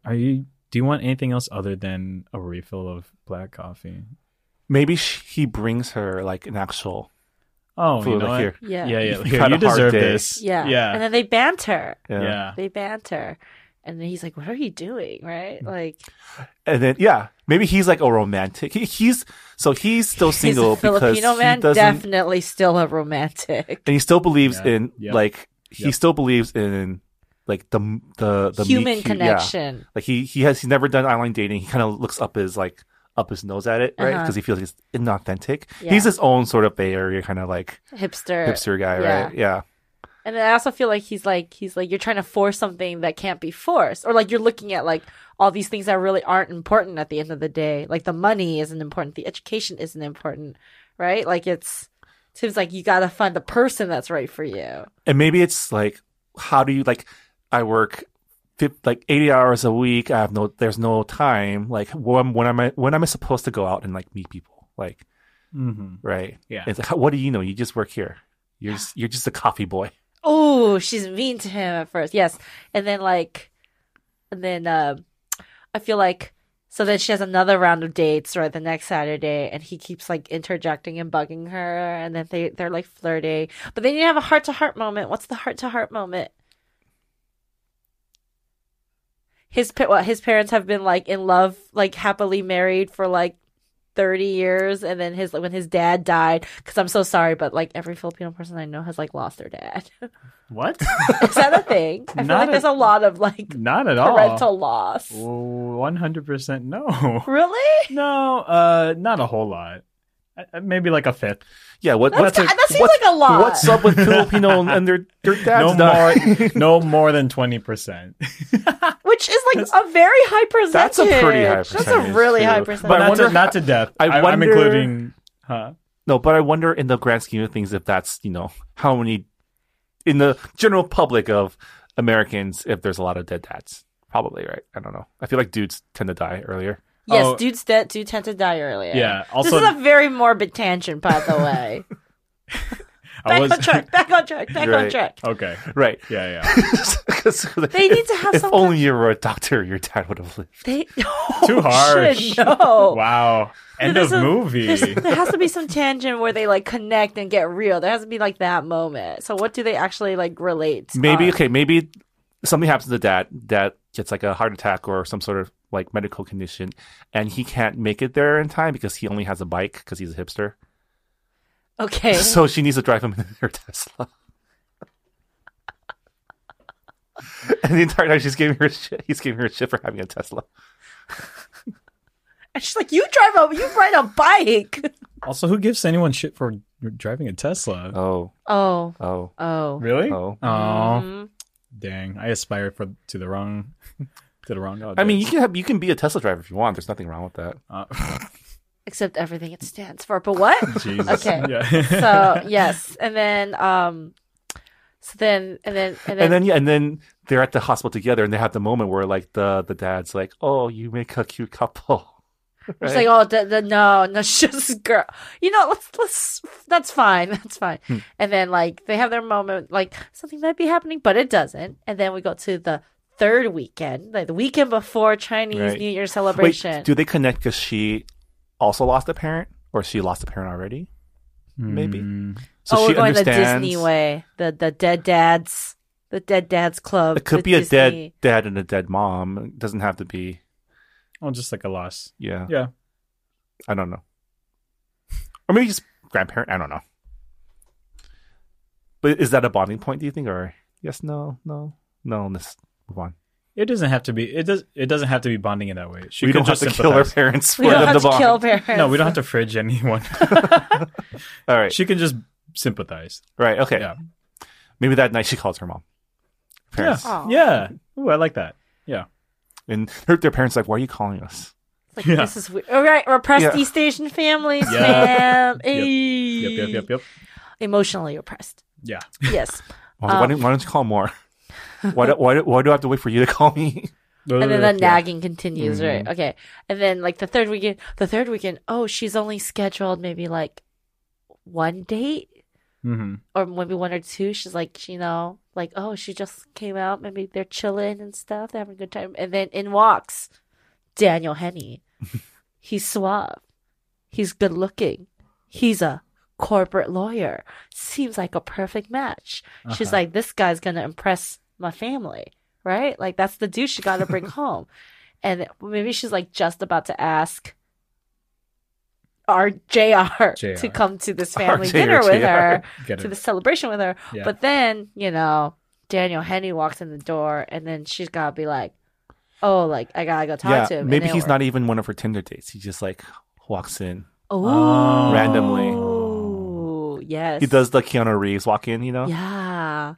C: "Are you? Do you want anything else other than a refill of black coffee?
A: Maybe sh he brings her like an actual.
C: Oh,
A: Food,
C: you know
A: like,
C: what?
A: here.
F: Yeah.
A: *laughs*
C: yeah, yeah.
A: You've
C: Here,
A: had
C: you
A: a hard
C: deserve
A: day.
C: this.
F: Yeah. And
C: yeah,
F: then they banter.
C: yeah.
F: They banter. And then he's like, What are you doing? Right?
C: Mm.
F: Like
A: And then yeah, maybe he's like a romantic. He, he's so he's still single
F: he's a Filipino
A: because
F: man,
A: he doesn't,
F: definitely still a romantic.
A: and he still believes
C: Yeah.
A: in
C: Yep.
A: like he
C: Yep.
A: still believes in like the the the meet
F: Human
A: cute- yeah.
F: connection.
A: Like he he has he's never done online dating. He kind of looks up his like up his nose at it, right?
F: Uh-huh.
A: Because he feels it's inauthentic.
F: Yeah.
A: He's his own sort of Bay Area kind of like
F: Hipster.
A: hipster guy,
F: yeah.
A: right? Yeah.
F: And I also feel like he's like he's like you're trying to force something that can't be forced, or like you're looking at like all these things that really aren't important at the end of the day. Like the money isn't important, the education isn't important, right? Like it's seems like you gotta find the person that's right for you.
A: And maybe it's like, how do you like? I work fif- like eighty hours a week. I have no, there's no time. Like when when am I when am I supposed to go out and like meet people? Like
C: Mm-hmm.
A: right?
C: Yeah.
A: It's like, how- what do you know? You just work here. You're just, you're just a coffee boy.
F: Oh, she's mean to him at first, yes, and then like, and then uh, I feel like so then she has another round of dates right the next Saturday, and he keeps like interjecting and bugging her, and then they they're like flirting, but then you have a heart to heart moment. What's the heart to heart moment? His pa- well, his parents have been like in love, like happily married for like. 30 years and then his when his dad died cuz I'm so sorry but like every Filipino person I know has like lost their dad.
A: *laughs*
C: What?
F: Is that a thing? I feel
C: Not
F: like
C: a-
F: there's a lot of like
C: Not at all.
F: parental loss.
C: One hundred percent no. *laughs*
F: Really?
C: No, uh, not a whole lot. Uh, Maybe like a fifth.
A: Yeah. What?
F: That's,
A: what's
F: ki- that seems
A: what's-
F: like a lot.
A: What's up with Filipino and their their
C: *laughs* No
A: dads? *laughs*
C: more, no more than twenty percent.
F: Which is like a very high percentage.
A: That's a pretty high
F: That's a
A: percentage,
F: really
A: too.
F: high
A: But
F: percentage.
A: I
C: Not,
A: wonder
C: to, not to death.
A: I
C: I am
A: wonder-
C: including. Huh?
A: No, but I wonder in the grand scheme of things if that's, you know, how many in the general public of Americans if there's a lot of dead dads. Probably, right? I don't know. I feel like dudes tend to die earlier.
F: yes,
C: oh.
F: dudes that do tend to die earlier.
C: Yeah, also-
F: this is a very morbid tangent, by the way.
A: *laughs*
C: I
F: back
C: was
F: on track. Back on track. Back on
A: Right.
F: track.
C: *laughs* okay.
A: Right.
F: *laughs*
C: Yeah, yeah.
A: *laughs* 'Cause
F: They need to have
A: if
F: someone-
A: only you were a doctor, your dad would have lived.
F: *laughs* They
A: *laughs*
C: Too harsh.
F: Shit, no.
C: Wow. End
F: There's
C: of
F: a-
C: movie.
F: there's- There has to be some tangent where they like connect and get real. There has to be like that moment. So what do they actually like relate?
A: Maybe
F: on?
A: okay, maybe something happens to dad that gets like a heart attack or some sort of like medical condition and he can't make it there in time because he only has a bike because he's a hipster.
F: Okay.
A: *laughs* So she needs to drive him in her Tesla. *laughs* and the entire time she's giving her shit. He's giving her shit for having a Tesla.
F: And *laughs* she's like, "You drive a, you ride a bike."
C: also, who gives anyone shit for driving a Tesla?
A: Oh,
F: Oh,
A: oh,
F: oh,
C: Really?
A: oh.
C: Oh,
F: Mhm.
C: dang! I aspire for to the wrong, *laughs* to the wrong.
A: I mean, you can have you can be a Tesla driver if you want. There's nothing wrong with that.
C: Uh, *laughs*
F: Except everything it stands for. But
A: *laughs*
F: what?
C: Jesus.
F: Okay.
C: Yeah.
F: so
C: *laughs*
F: yes, and then um, so then and then and then,
A: And then yeah, and then they're at the hospital together, and they have the moment where like the the dad's like, "Oh, you make a cute couple."
F: it's
A: Right?
F: like, "Oh, the, the, no, *laughs* no, she's just girl." You know, let's let's that's fine, *laughs* that's fine.
A: Hmm.
F: And then like they have their moment, like something might be happening, but it doesn't. And then we go to the third weekend, like the weekend before Chinese
A: Right.
F: New Year
A: Wait,
F: celebration.
A: do they connect because she also lost a parent, or she lost a parent already? Maybe.
C: Mm.
A: So
F: oh,
A: she
F: we're going the
A: understands-
F: Disney way. The the dead dads, the dead dads club.
A: It could
F: the
A: be a dead
F: Disney.
A: dad and a dead mom. It doesn't have to be.
C: Oh, just like a loss.
A: Yeah.
C: Yeah.
A: I don't know. Or maybe just grandparent. I don't know. But is that a bonding point? Do you think, or yes, no, no, no? Let's move on.
C: It doesn't have to be. It does. It doesn't have to be bonding in that way. She
A: we
C: could
A: don't have
C: just
A: to kill our
C: sympathize.
A: parents for
F: *laughs* We don't
A: them
F: have
A: to
F: to
A: bond.
F: kill parents.
C: No, we don't have to
A: *laughs*
C: fridge anyone.
A: All right,
C: she can just sympathize.
A: right, okay.
C: Yeah.
A: Maybe that night she calls her mom.
C: Yeah.
A: Parents
F: Aw.
C: Yeah. Ooh, I like that. Yeah.
A: and her, their parents like, why are you calling us?
F: It's Like,
C: Yeah.
F: This is weird. All right, repressed
A: Yeah.
F: East Asian families,
C: Yeah.
F: ma'am.
C: Yep. Yep. Yep. Yep.
F: Emotionally oppressed.
C: *laughs* Yeah.
F: Yes.
A: Why,
F: Um.
A: why, don't, why don't you call more? why, do, why, do, why do I have to wait for you to call me?
F: and then the
C: Yeah. Mm-hmm.
F: nagging continues, right? Okay. And then like the third weekend, the third weekend, oh, she's only scheduled maybe like one date.
C: Mhm.
F: or maybe one or two. She's like, you know, like, oh, she just came out. Maybe they're chilling and stuff. They're having a good time. And then in walks Daniel Henney. He's suave. He's good looking. He's a corporate lawyer. Seems like a perfect match. She's
C: Uh-huh.
F: like, this guy's going to impress my family, right? Like, that's the dude she got to bring home. And maybe she's like just about to ask our JR,
C: JR.
F: to come to this
A: Our
F: family
A: JR.
F: dinner with her
C: Get
F: to
C: it.
F: the celebration with her.
C: Yeah.
F: But then, you know, Daniel Henny walks in the door and then she's gotta be like, Oh, like I
A: *laughs*
F: gotta go talk
A: yeah,
F: to him.
A: maybe he's not even one of her Tinder dates. He just like walks in.
F: oh,
A: randomly.
F: yes.
A: He does the Keanu Reeves walk in, you know?
F: Yeah.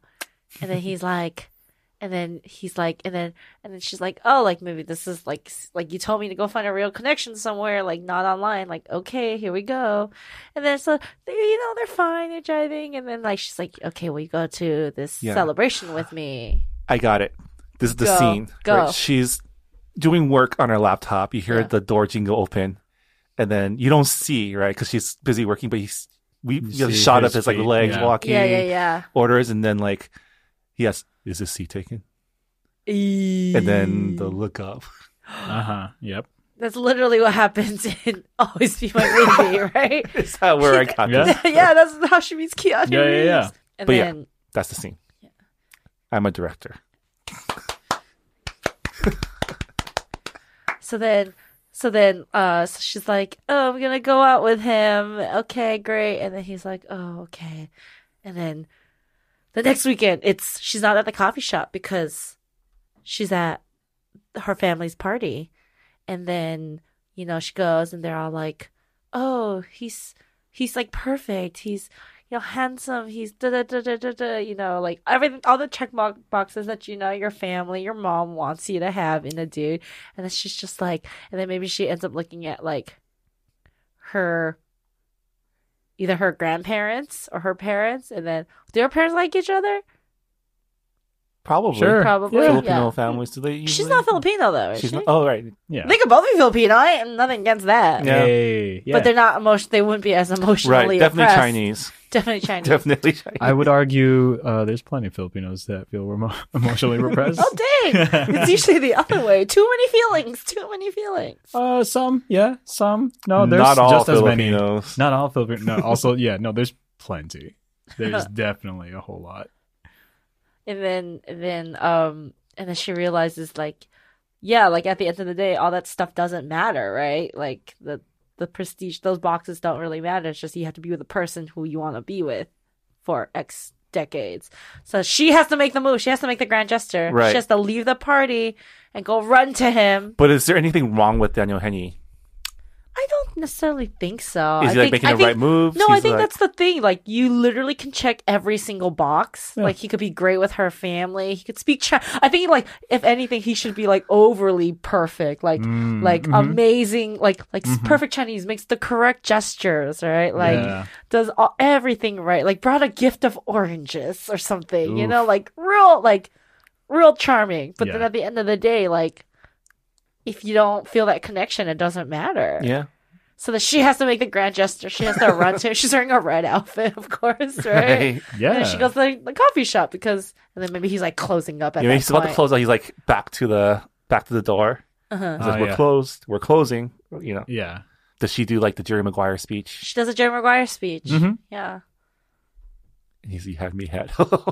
F: And then he's like and then he's like and then and then she's like, "Oh, like maybe this is like s- like you told me to go find a real connection somewhere, like not online." Like, "Okay, here we go." And then so they, you know, they're fine, they're driving and then like she's like, "Okay, well, you go to this
A: Yeah.
F: celebration with me."
A: I got it. This is the
F: Go,
A: scene.
F: go.
A: She's doing work on her laptop. You hear
F: Yeah.
A: the door jingle open, and then you don't see right because she's busy working. But he's we
C: You
A: you know,
C: see
A: shot
C: his
A: up his like
C: feet,
A: legs
C: yeah.
A: walking
F: Yeah, yeah, yeah.
A: orders, and then like yes, is this seat taken? And then the look up. *laughs*
C: Uh huh. Yep.
F: That's literally what happens *laughs* in Always Be My Baby, *laughs* right?
A: Is that where I got
C: Yeah.
A: this?
F: yeah, that's how she meets Keanu
C: Yeah, yeah,
F: Reeves.
C: yeah.
F: And
A: But yeah.
F: then
A: That's the scene. I'm a director.
F: so then so then uh so she's like, "Oh, I'm going to go out with him." Okay, great. And then he's like, "Oh, okay." And then the next weekend, it's she's not at the coffee shop because she's at her family's party. And then, you know, she goes and they're all like, "Oh, he's he's like perfect. He's you know handsome. He's da da da da da da. You know, like everything, all the check mo- boxes that you know your family, your mom wants you to have in a dude." And then she's just like, and then maybe she ends up looking at like her. Either her grandparents or her parents, and then do her parents like each other?
A: Probably.
C: Sure.
F: Probably. Yeah.
A: Filipino families. Do they?
F: She's
A: usually-
F: not Filipino though. Is
A: She's
F: she?
A: not. Oh right.
C: Yeah.
F: They could both be Filipino. I am nothing against that.
A: Yeah.
C: Hey, yeah.
F: But they're not emotion. They wouldn't be as emotionally
A: Right. Definitely
F: oppressed.
A: Chinese. *laughs*
F: Definitely Chinese.
A: Definitely Chinese.
C: I would argue uh, there's plenty of Filipinos that feel remo- *laughs* emotionally repressed.
F: Oh dang! it's usually the other way. Too many feelings. Too many feelings.
C: Uh, some, yeah, some. No, there's
A: not all
C: just as many.
A: Filipinos.
C: Not all Filipinos. No, also, yeah, no, there's plenty.
F: *laughs*
C: There's definitely a whole lot.
F: And then, and then, um, and then she realizes, like, yeah, like at the end of the day, all that stuff doesn't matter, right? Like the the prestige, those boxes don't really matter. It's just you have to be with the person who you want to be with for X decades. So she has to make the move. She has to make the grand gesture.
A: Right.
F: She has to leave the party and go run to him.
A: But is there anything wrong with Daniel Henney?
F: I don't necessarily think so.
A: Is
F: I
A: he like
F: think,
A: making
F: I
A: the
F: think-
A: right moves?
F: No, I
A: He's,
F: think
A: like-
F: that's the thing. Like, you literally can check every single box.
C: Yeah.
F: Like, he could be great with her family. He could speak. Chi- I think, like, if anything, he should be like overly perfect, like,
A: Mm-hmm.
C: Mm,
F: like um,
C: mhm.
F: amazing, like, like s- perfect Chinese makes the correct gestures, right? Like,
C: Yeah.
F: does all, everything right. Like, brought a gift of oranges or something. You
C: Oof.
F: know, like real, like real charming. But then
C: Yeah.
F: at the end of the day, like. If you don't feel that connection, it doesn't matter.
A: *laughs* yeah.
F: So that she has to make the grand gesture. She has to run to. She's wearing a red outfit, of course, right?
A: Hey,
C: Yeah.
F: And then she goes to the, the coffee shop because, and then maybe he's like closing up at
A: you know,
F: that
A: he's
F: point.
A: about to close out. He's like back to the back to the door.
F: Uh-huh.
A: He
C: Oh,
A: says, "We're
C: yeah.
A: closed. We're closing." You know,
C: yeah.
A: does she do like the Jerry Maguire speech?
F: She does a Jerry Maguire speech.
A: Mm-hmm.
C: Mhm.
F: Yeah,
A: And He's, "You have me head."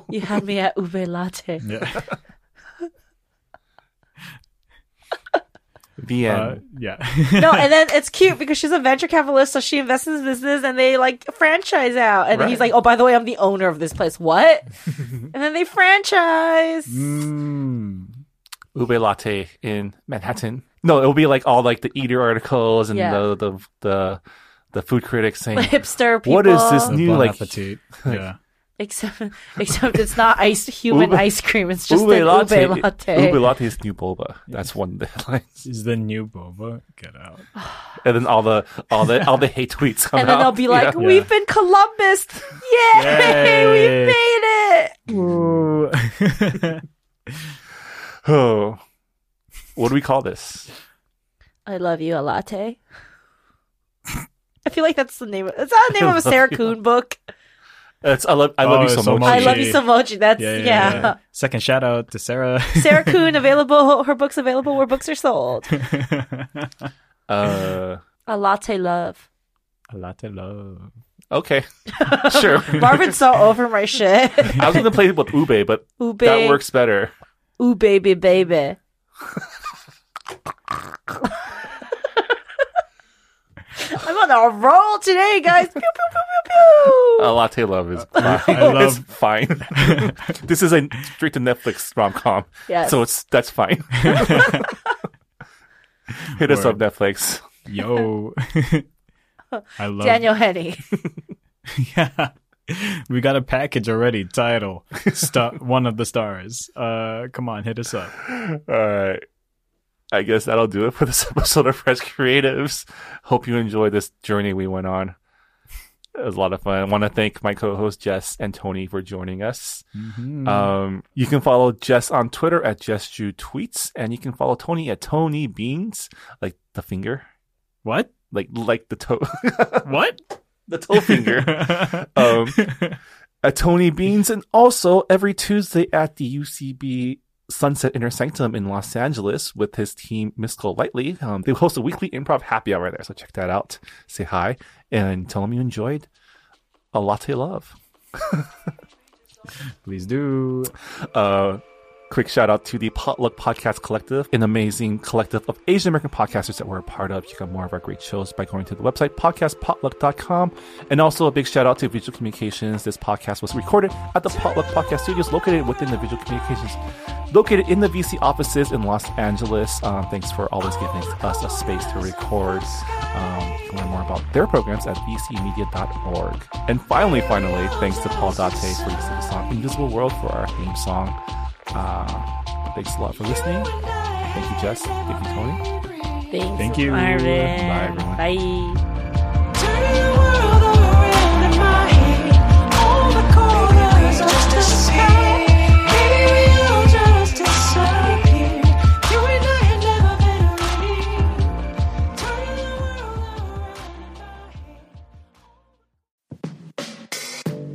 F: you had me at ube latte.
C: Yeah.
A: *laughs*
C: Uh,
A: the end.
C: Uh, yeah. *laughs*
F: no, and then it's cute because she's a venture capitalist, so she invests in this business and they like franchise out. And then he's
A: Right.
F: like, "Oh, by the way, I'm the owner of this place."
A: *laughs*
F: What? and then they franchise.
C: Mm.
A: Ube latte in Manhattan. No, it'll be like all like the Eater articles and
F: Yeah.
A: the, the the the food critics saying.
F: *laughs* The hipster people.
A: What is this
C: The
A: New,
C: bon
A: *laughs* like-
C: appetit. Yeah.
F: Except, except it's not ice human
A: Ube-
F: ice cream. It's just an ube latte.
A: Ube latte is new boba. That's one of the *laughs* headlines.
C: Is the new boba get
F: *laughs*
C: out?
A: And then all the all the all the hate tweets come
F: and then
A: out.
F: they'll
A: *laughs*
F: be
A: Yeah.
F: like, "We've been Columbus, *laughs* yay! We
C: Yay.
F: made it!"
C: Ooh. *laughs*
A: Oh, what do we call this?
F: I love you, a latte. I feel like that's the name. Of, is that the name of a Sarah Kuhn book?
A: It's, I love, I love
C: Oh,
A: you so,
C: so
A: much.
C: much.
F: I love
C: she-
F: you so much. That's yeah.
C: Second shout out to Sarah.
F: *laughs* Sarah Kuhn available. Her books available where books are sold.
A: Uh,
F: A latte love.
C: *laughs* A lot of love.
F: *laughs*
A: okay, sure.
F: Marvin's so over my shit.
A: I was gonna play with Ube, but
F: Ube.
A: that works better.
F: Ooh baby baby. I'm on a roll today, guys. Pew pew pew pew pew.
A: A latte love is fine. *laughs* it's
C: love-
A: fine.
C: *laughs*
A: this is a straight to Netflix rom com,
F: Yes.
A: so it's that's fine. *laughs* Hit us up, Netflix.
C: Yo. I love
F: Daniel Henny.
C: *laughs* Yeah. We got a package already. Title. Star one of the stars. Uh come on, hit us up.
A: All right. I guess that'll do it for this *laughs* episode of Fresh Creatives. Hope you enjoyed this journey we went on. It was a lot of fun. I want to thank my co host Jess and Tony for joining us. Um, you can follow Jess on Twitter at JessJewTweets, and you can follow Tony at Tony Beans, like the finger,
C: What?
A: like like the toe, *laughs*
C: What? *laughs*
A: the toe *laughs* finger. Um, at Tony Beans, and also every Tuesday at the UCB Sunset Inner Sanctum in Los Angeles with his team, Miss Cole Lightly. Um, they host a weekly improv happy hour there, so check that out. Say hi and tell them you enjoyed a latte love.
C: Please do.
A: Uh, quick shout out to the Potluck Podcast Collective, an amazing collective of Asian American podcasters that we're a part of. You got more of our great shows by going to the website podcastpotluck.com. And also a big shout out to Visual Communications. This podcast was recorded at the Potluck Podcast Studios located within the Visual Communications, located in the VC offices in Los Angeles. Um, thanks for always giving us a space to record. Um, you can learn more about their programs at vcmedia.org. And finally, finally, thanks to Paul Date for use of the song Invisible World for our theme song. Uh, thanks a lot for listening. Thank you, Jess. Thank you, Tony.
F: *laughs* Thanks,
C: Thank you.
F: Marvin.
A: Bye, everyone.
F: Bye.
G: Turning the world around in my head, all the corners of the sky. Maybe we'll just disappear. You and I had never been already. Turning the world around in my head.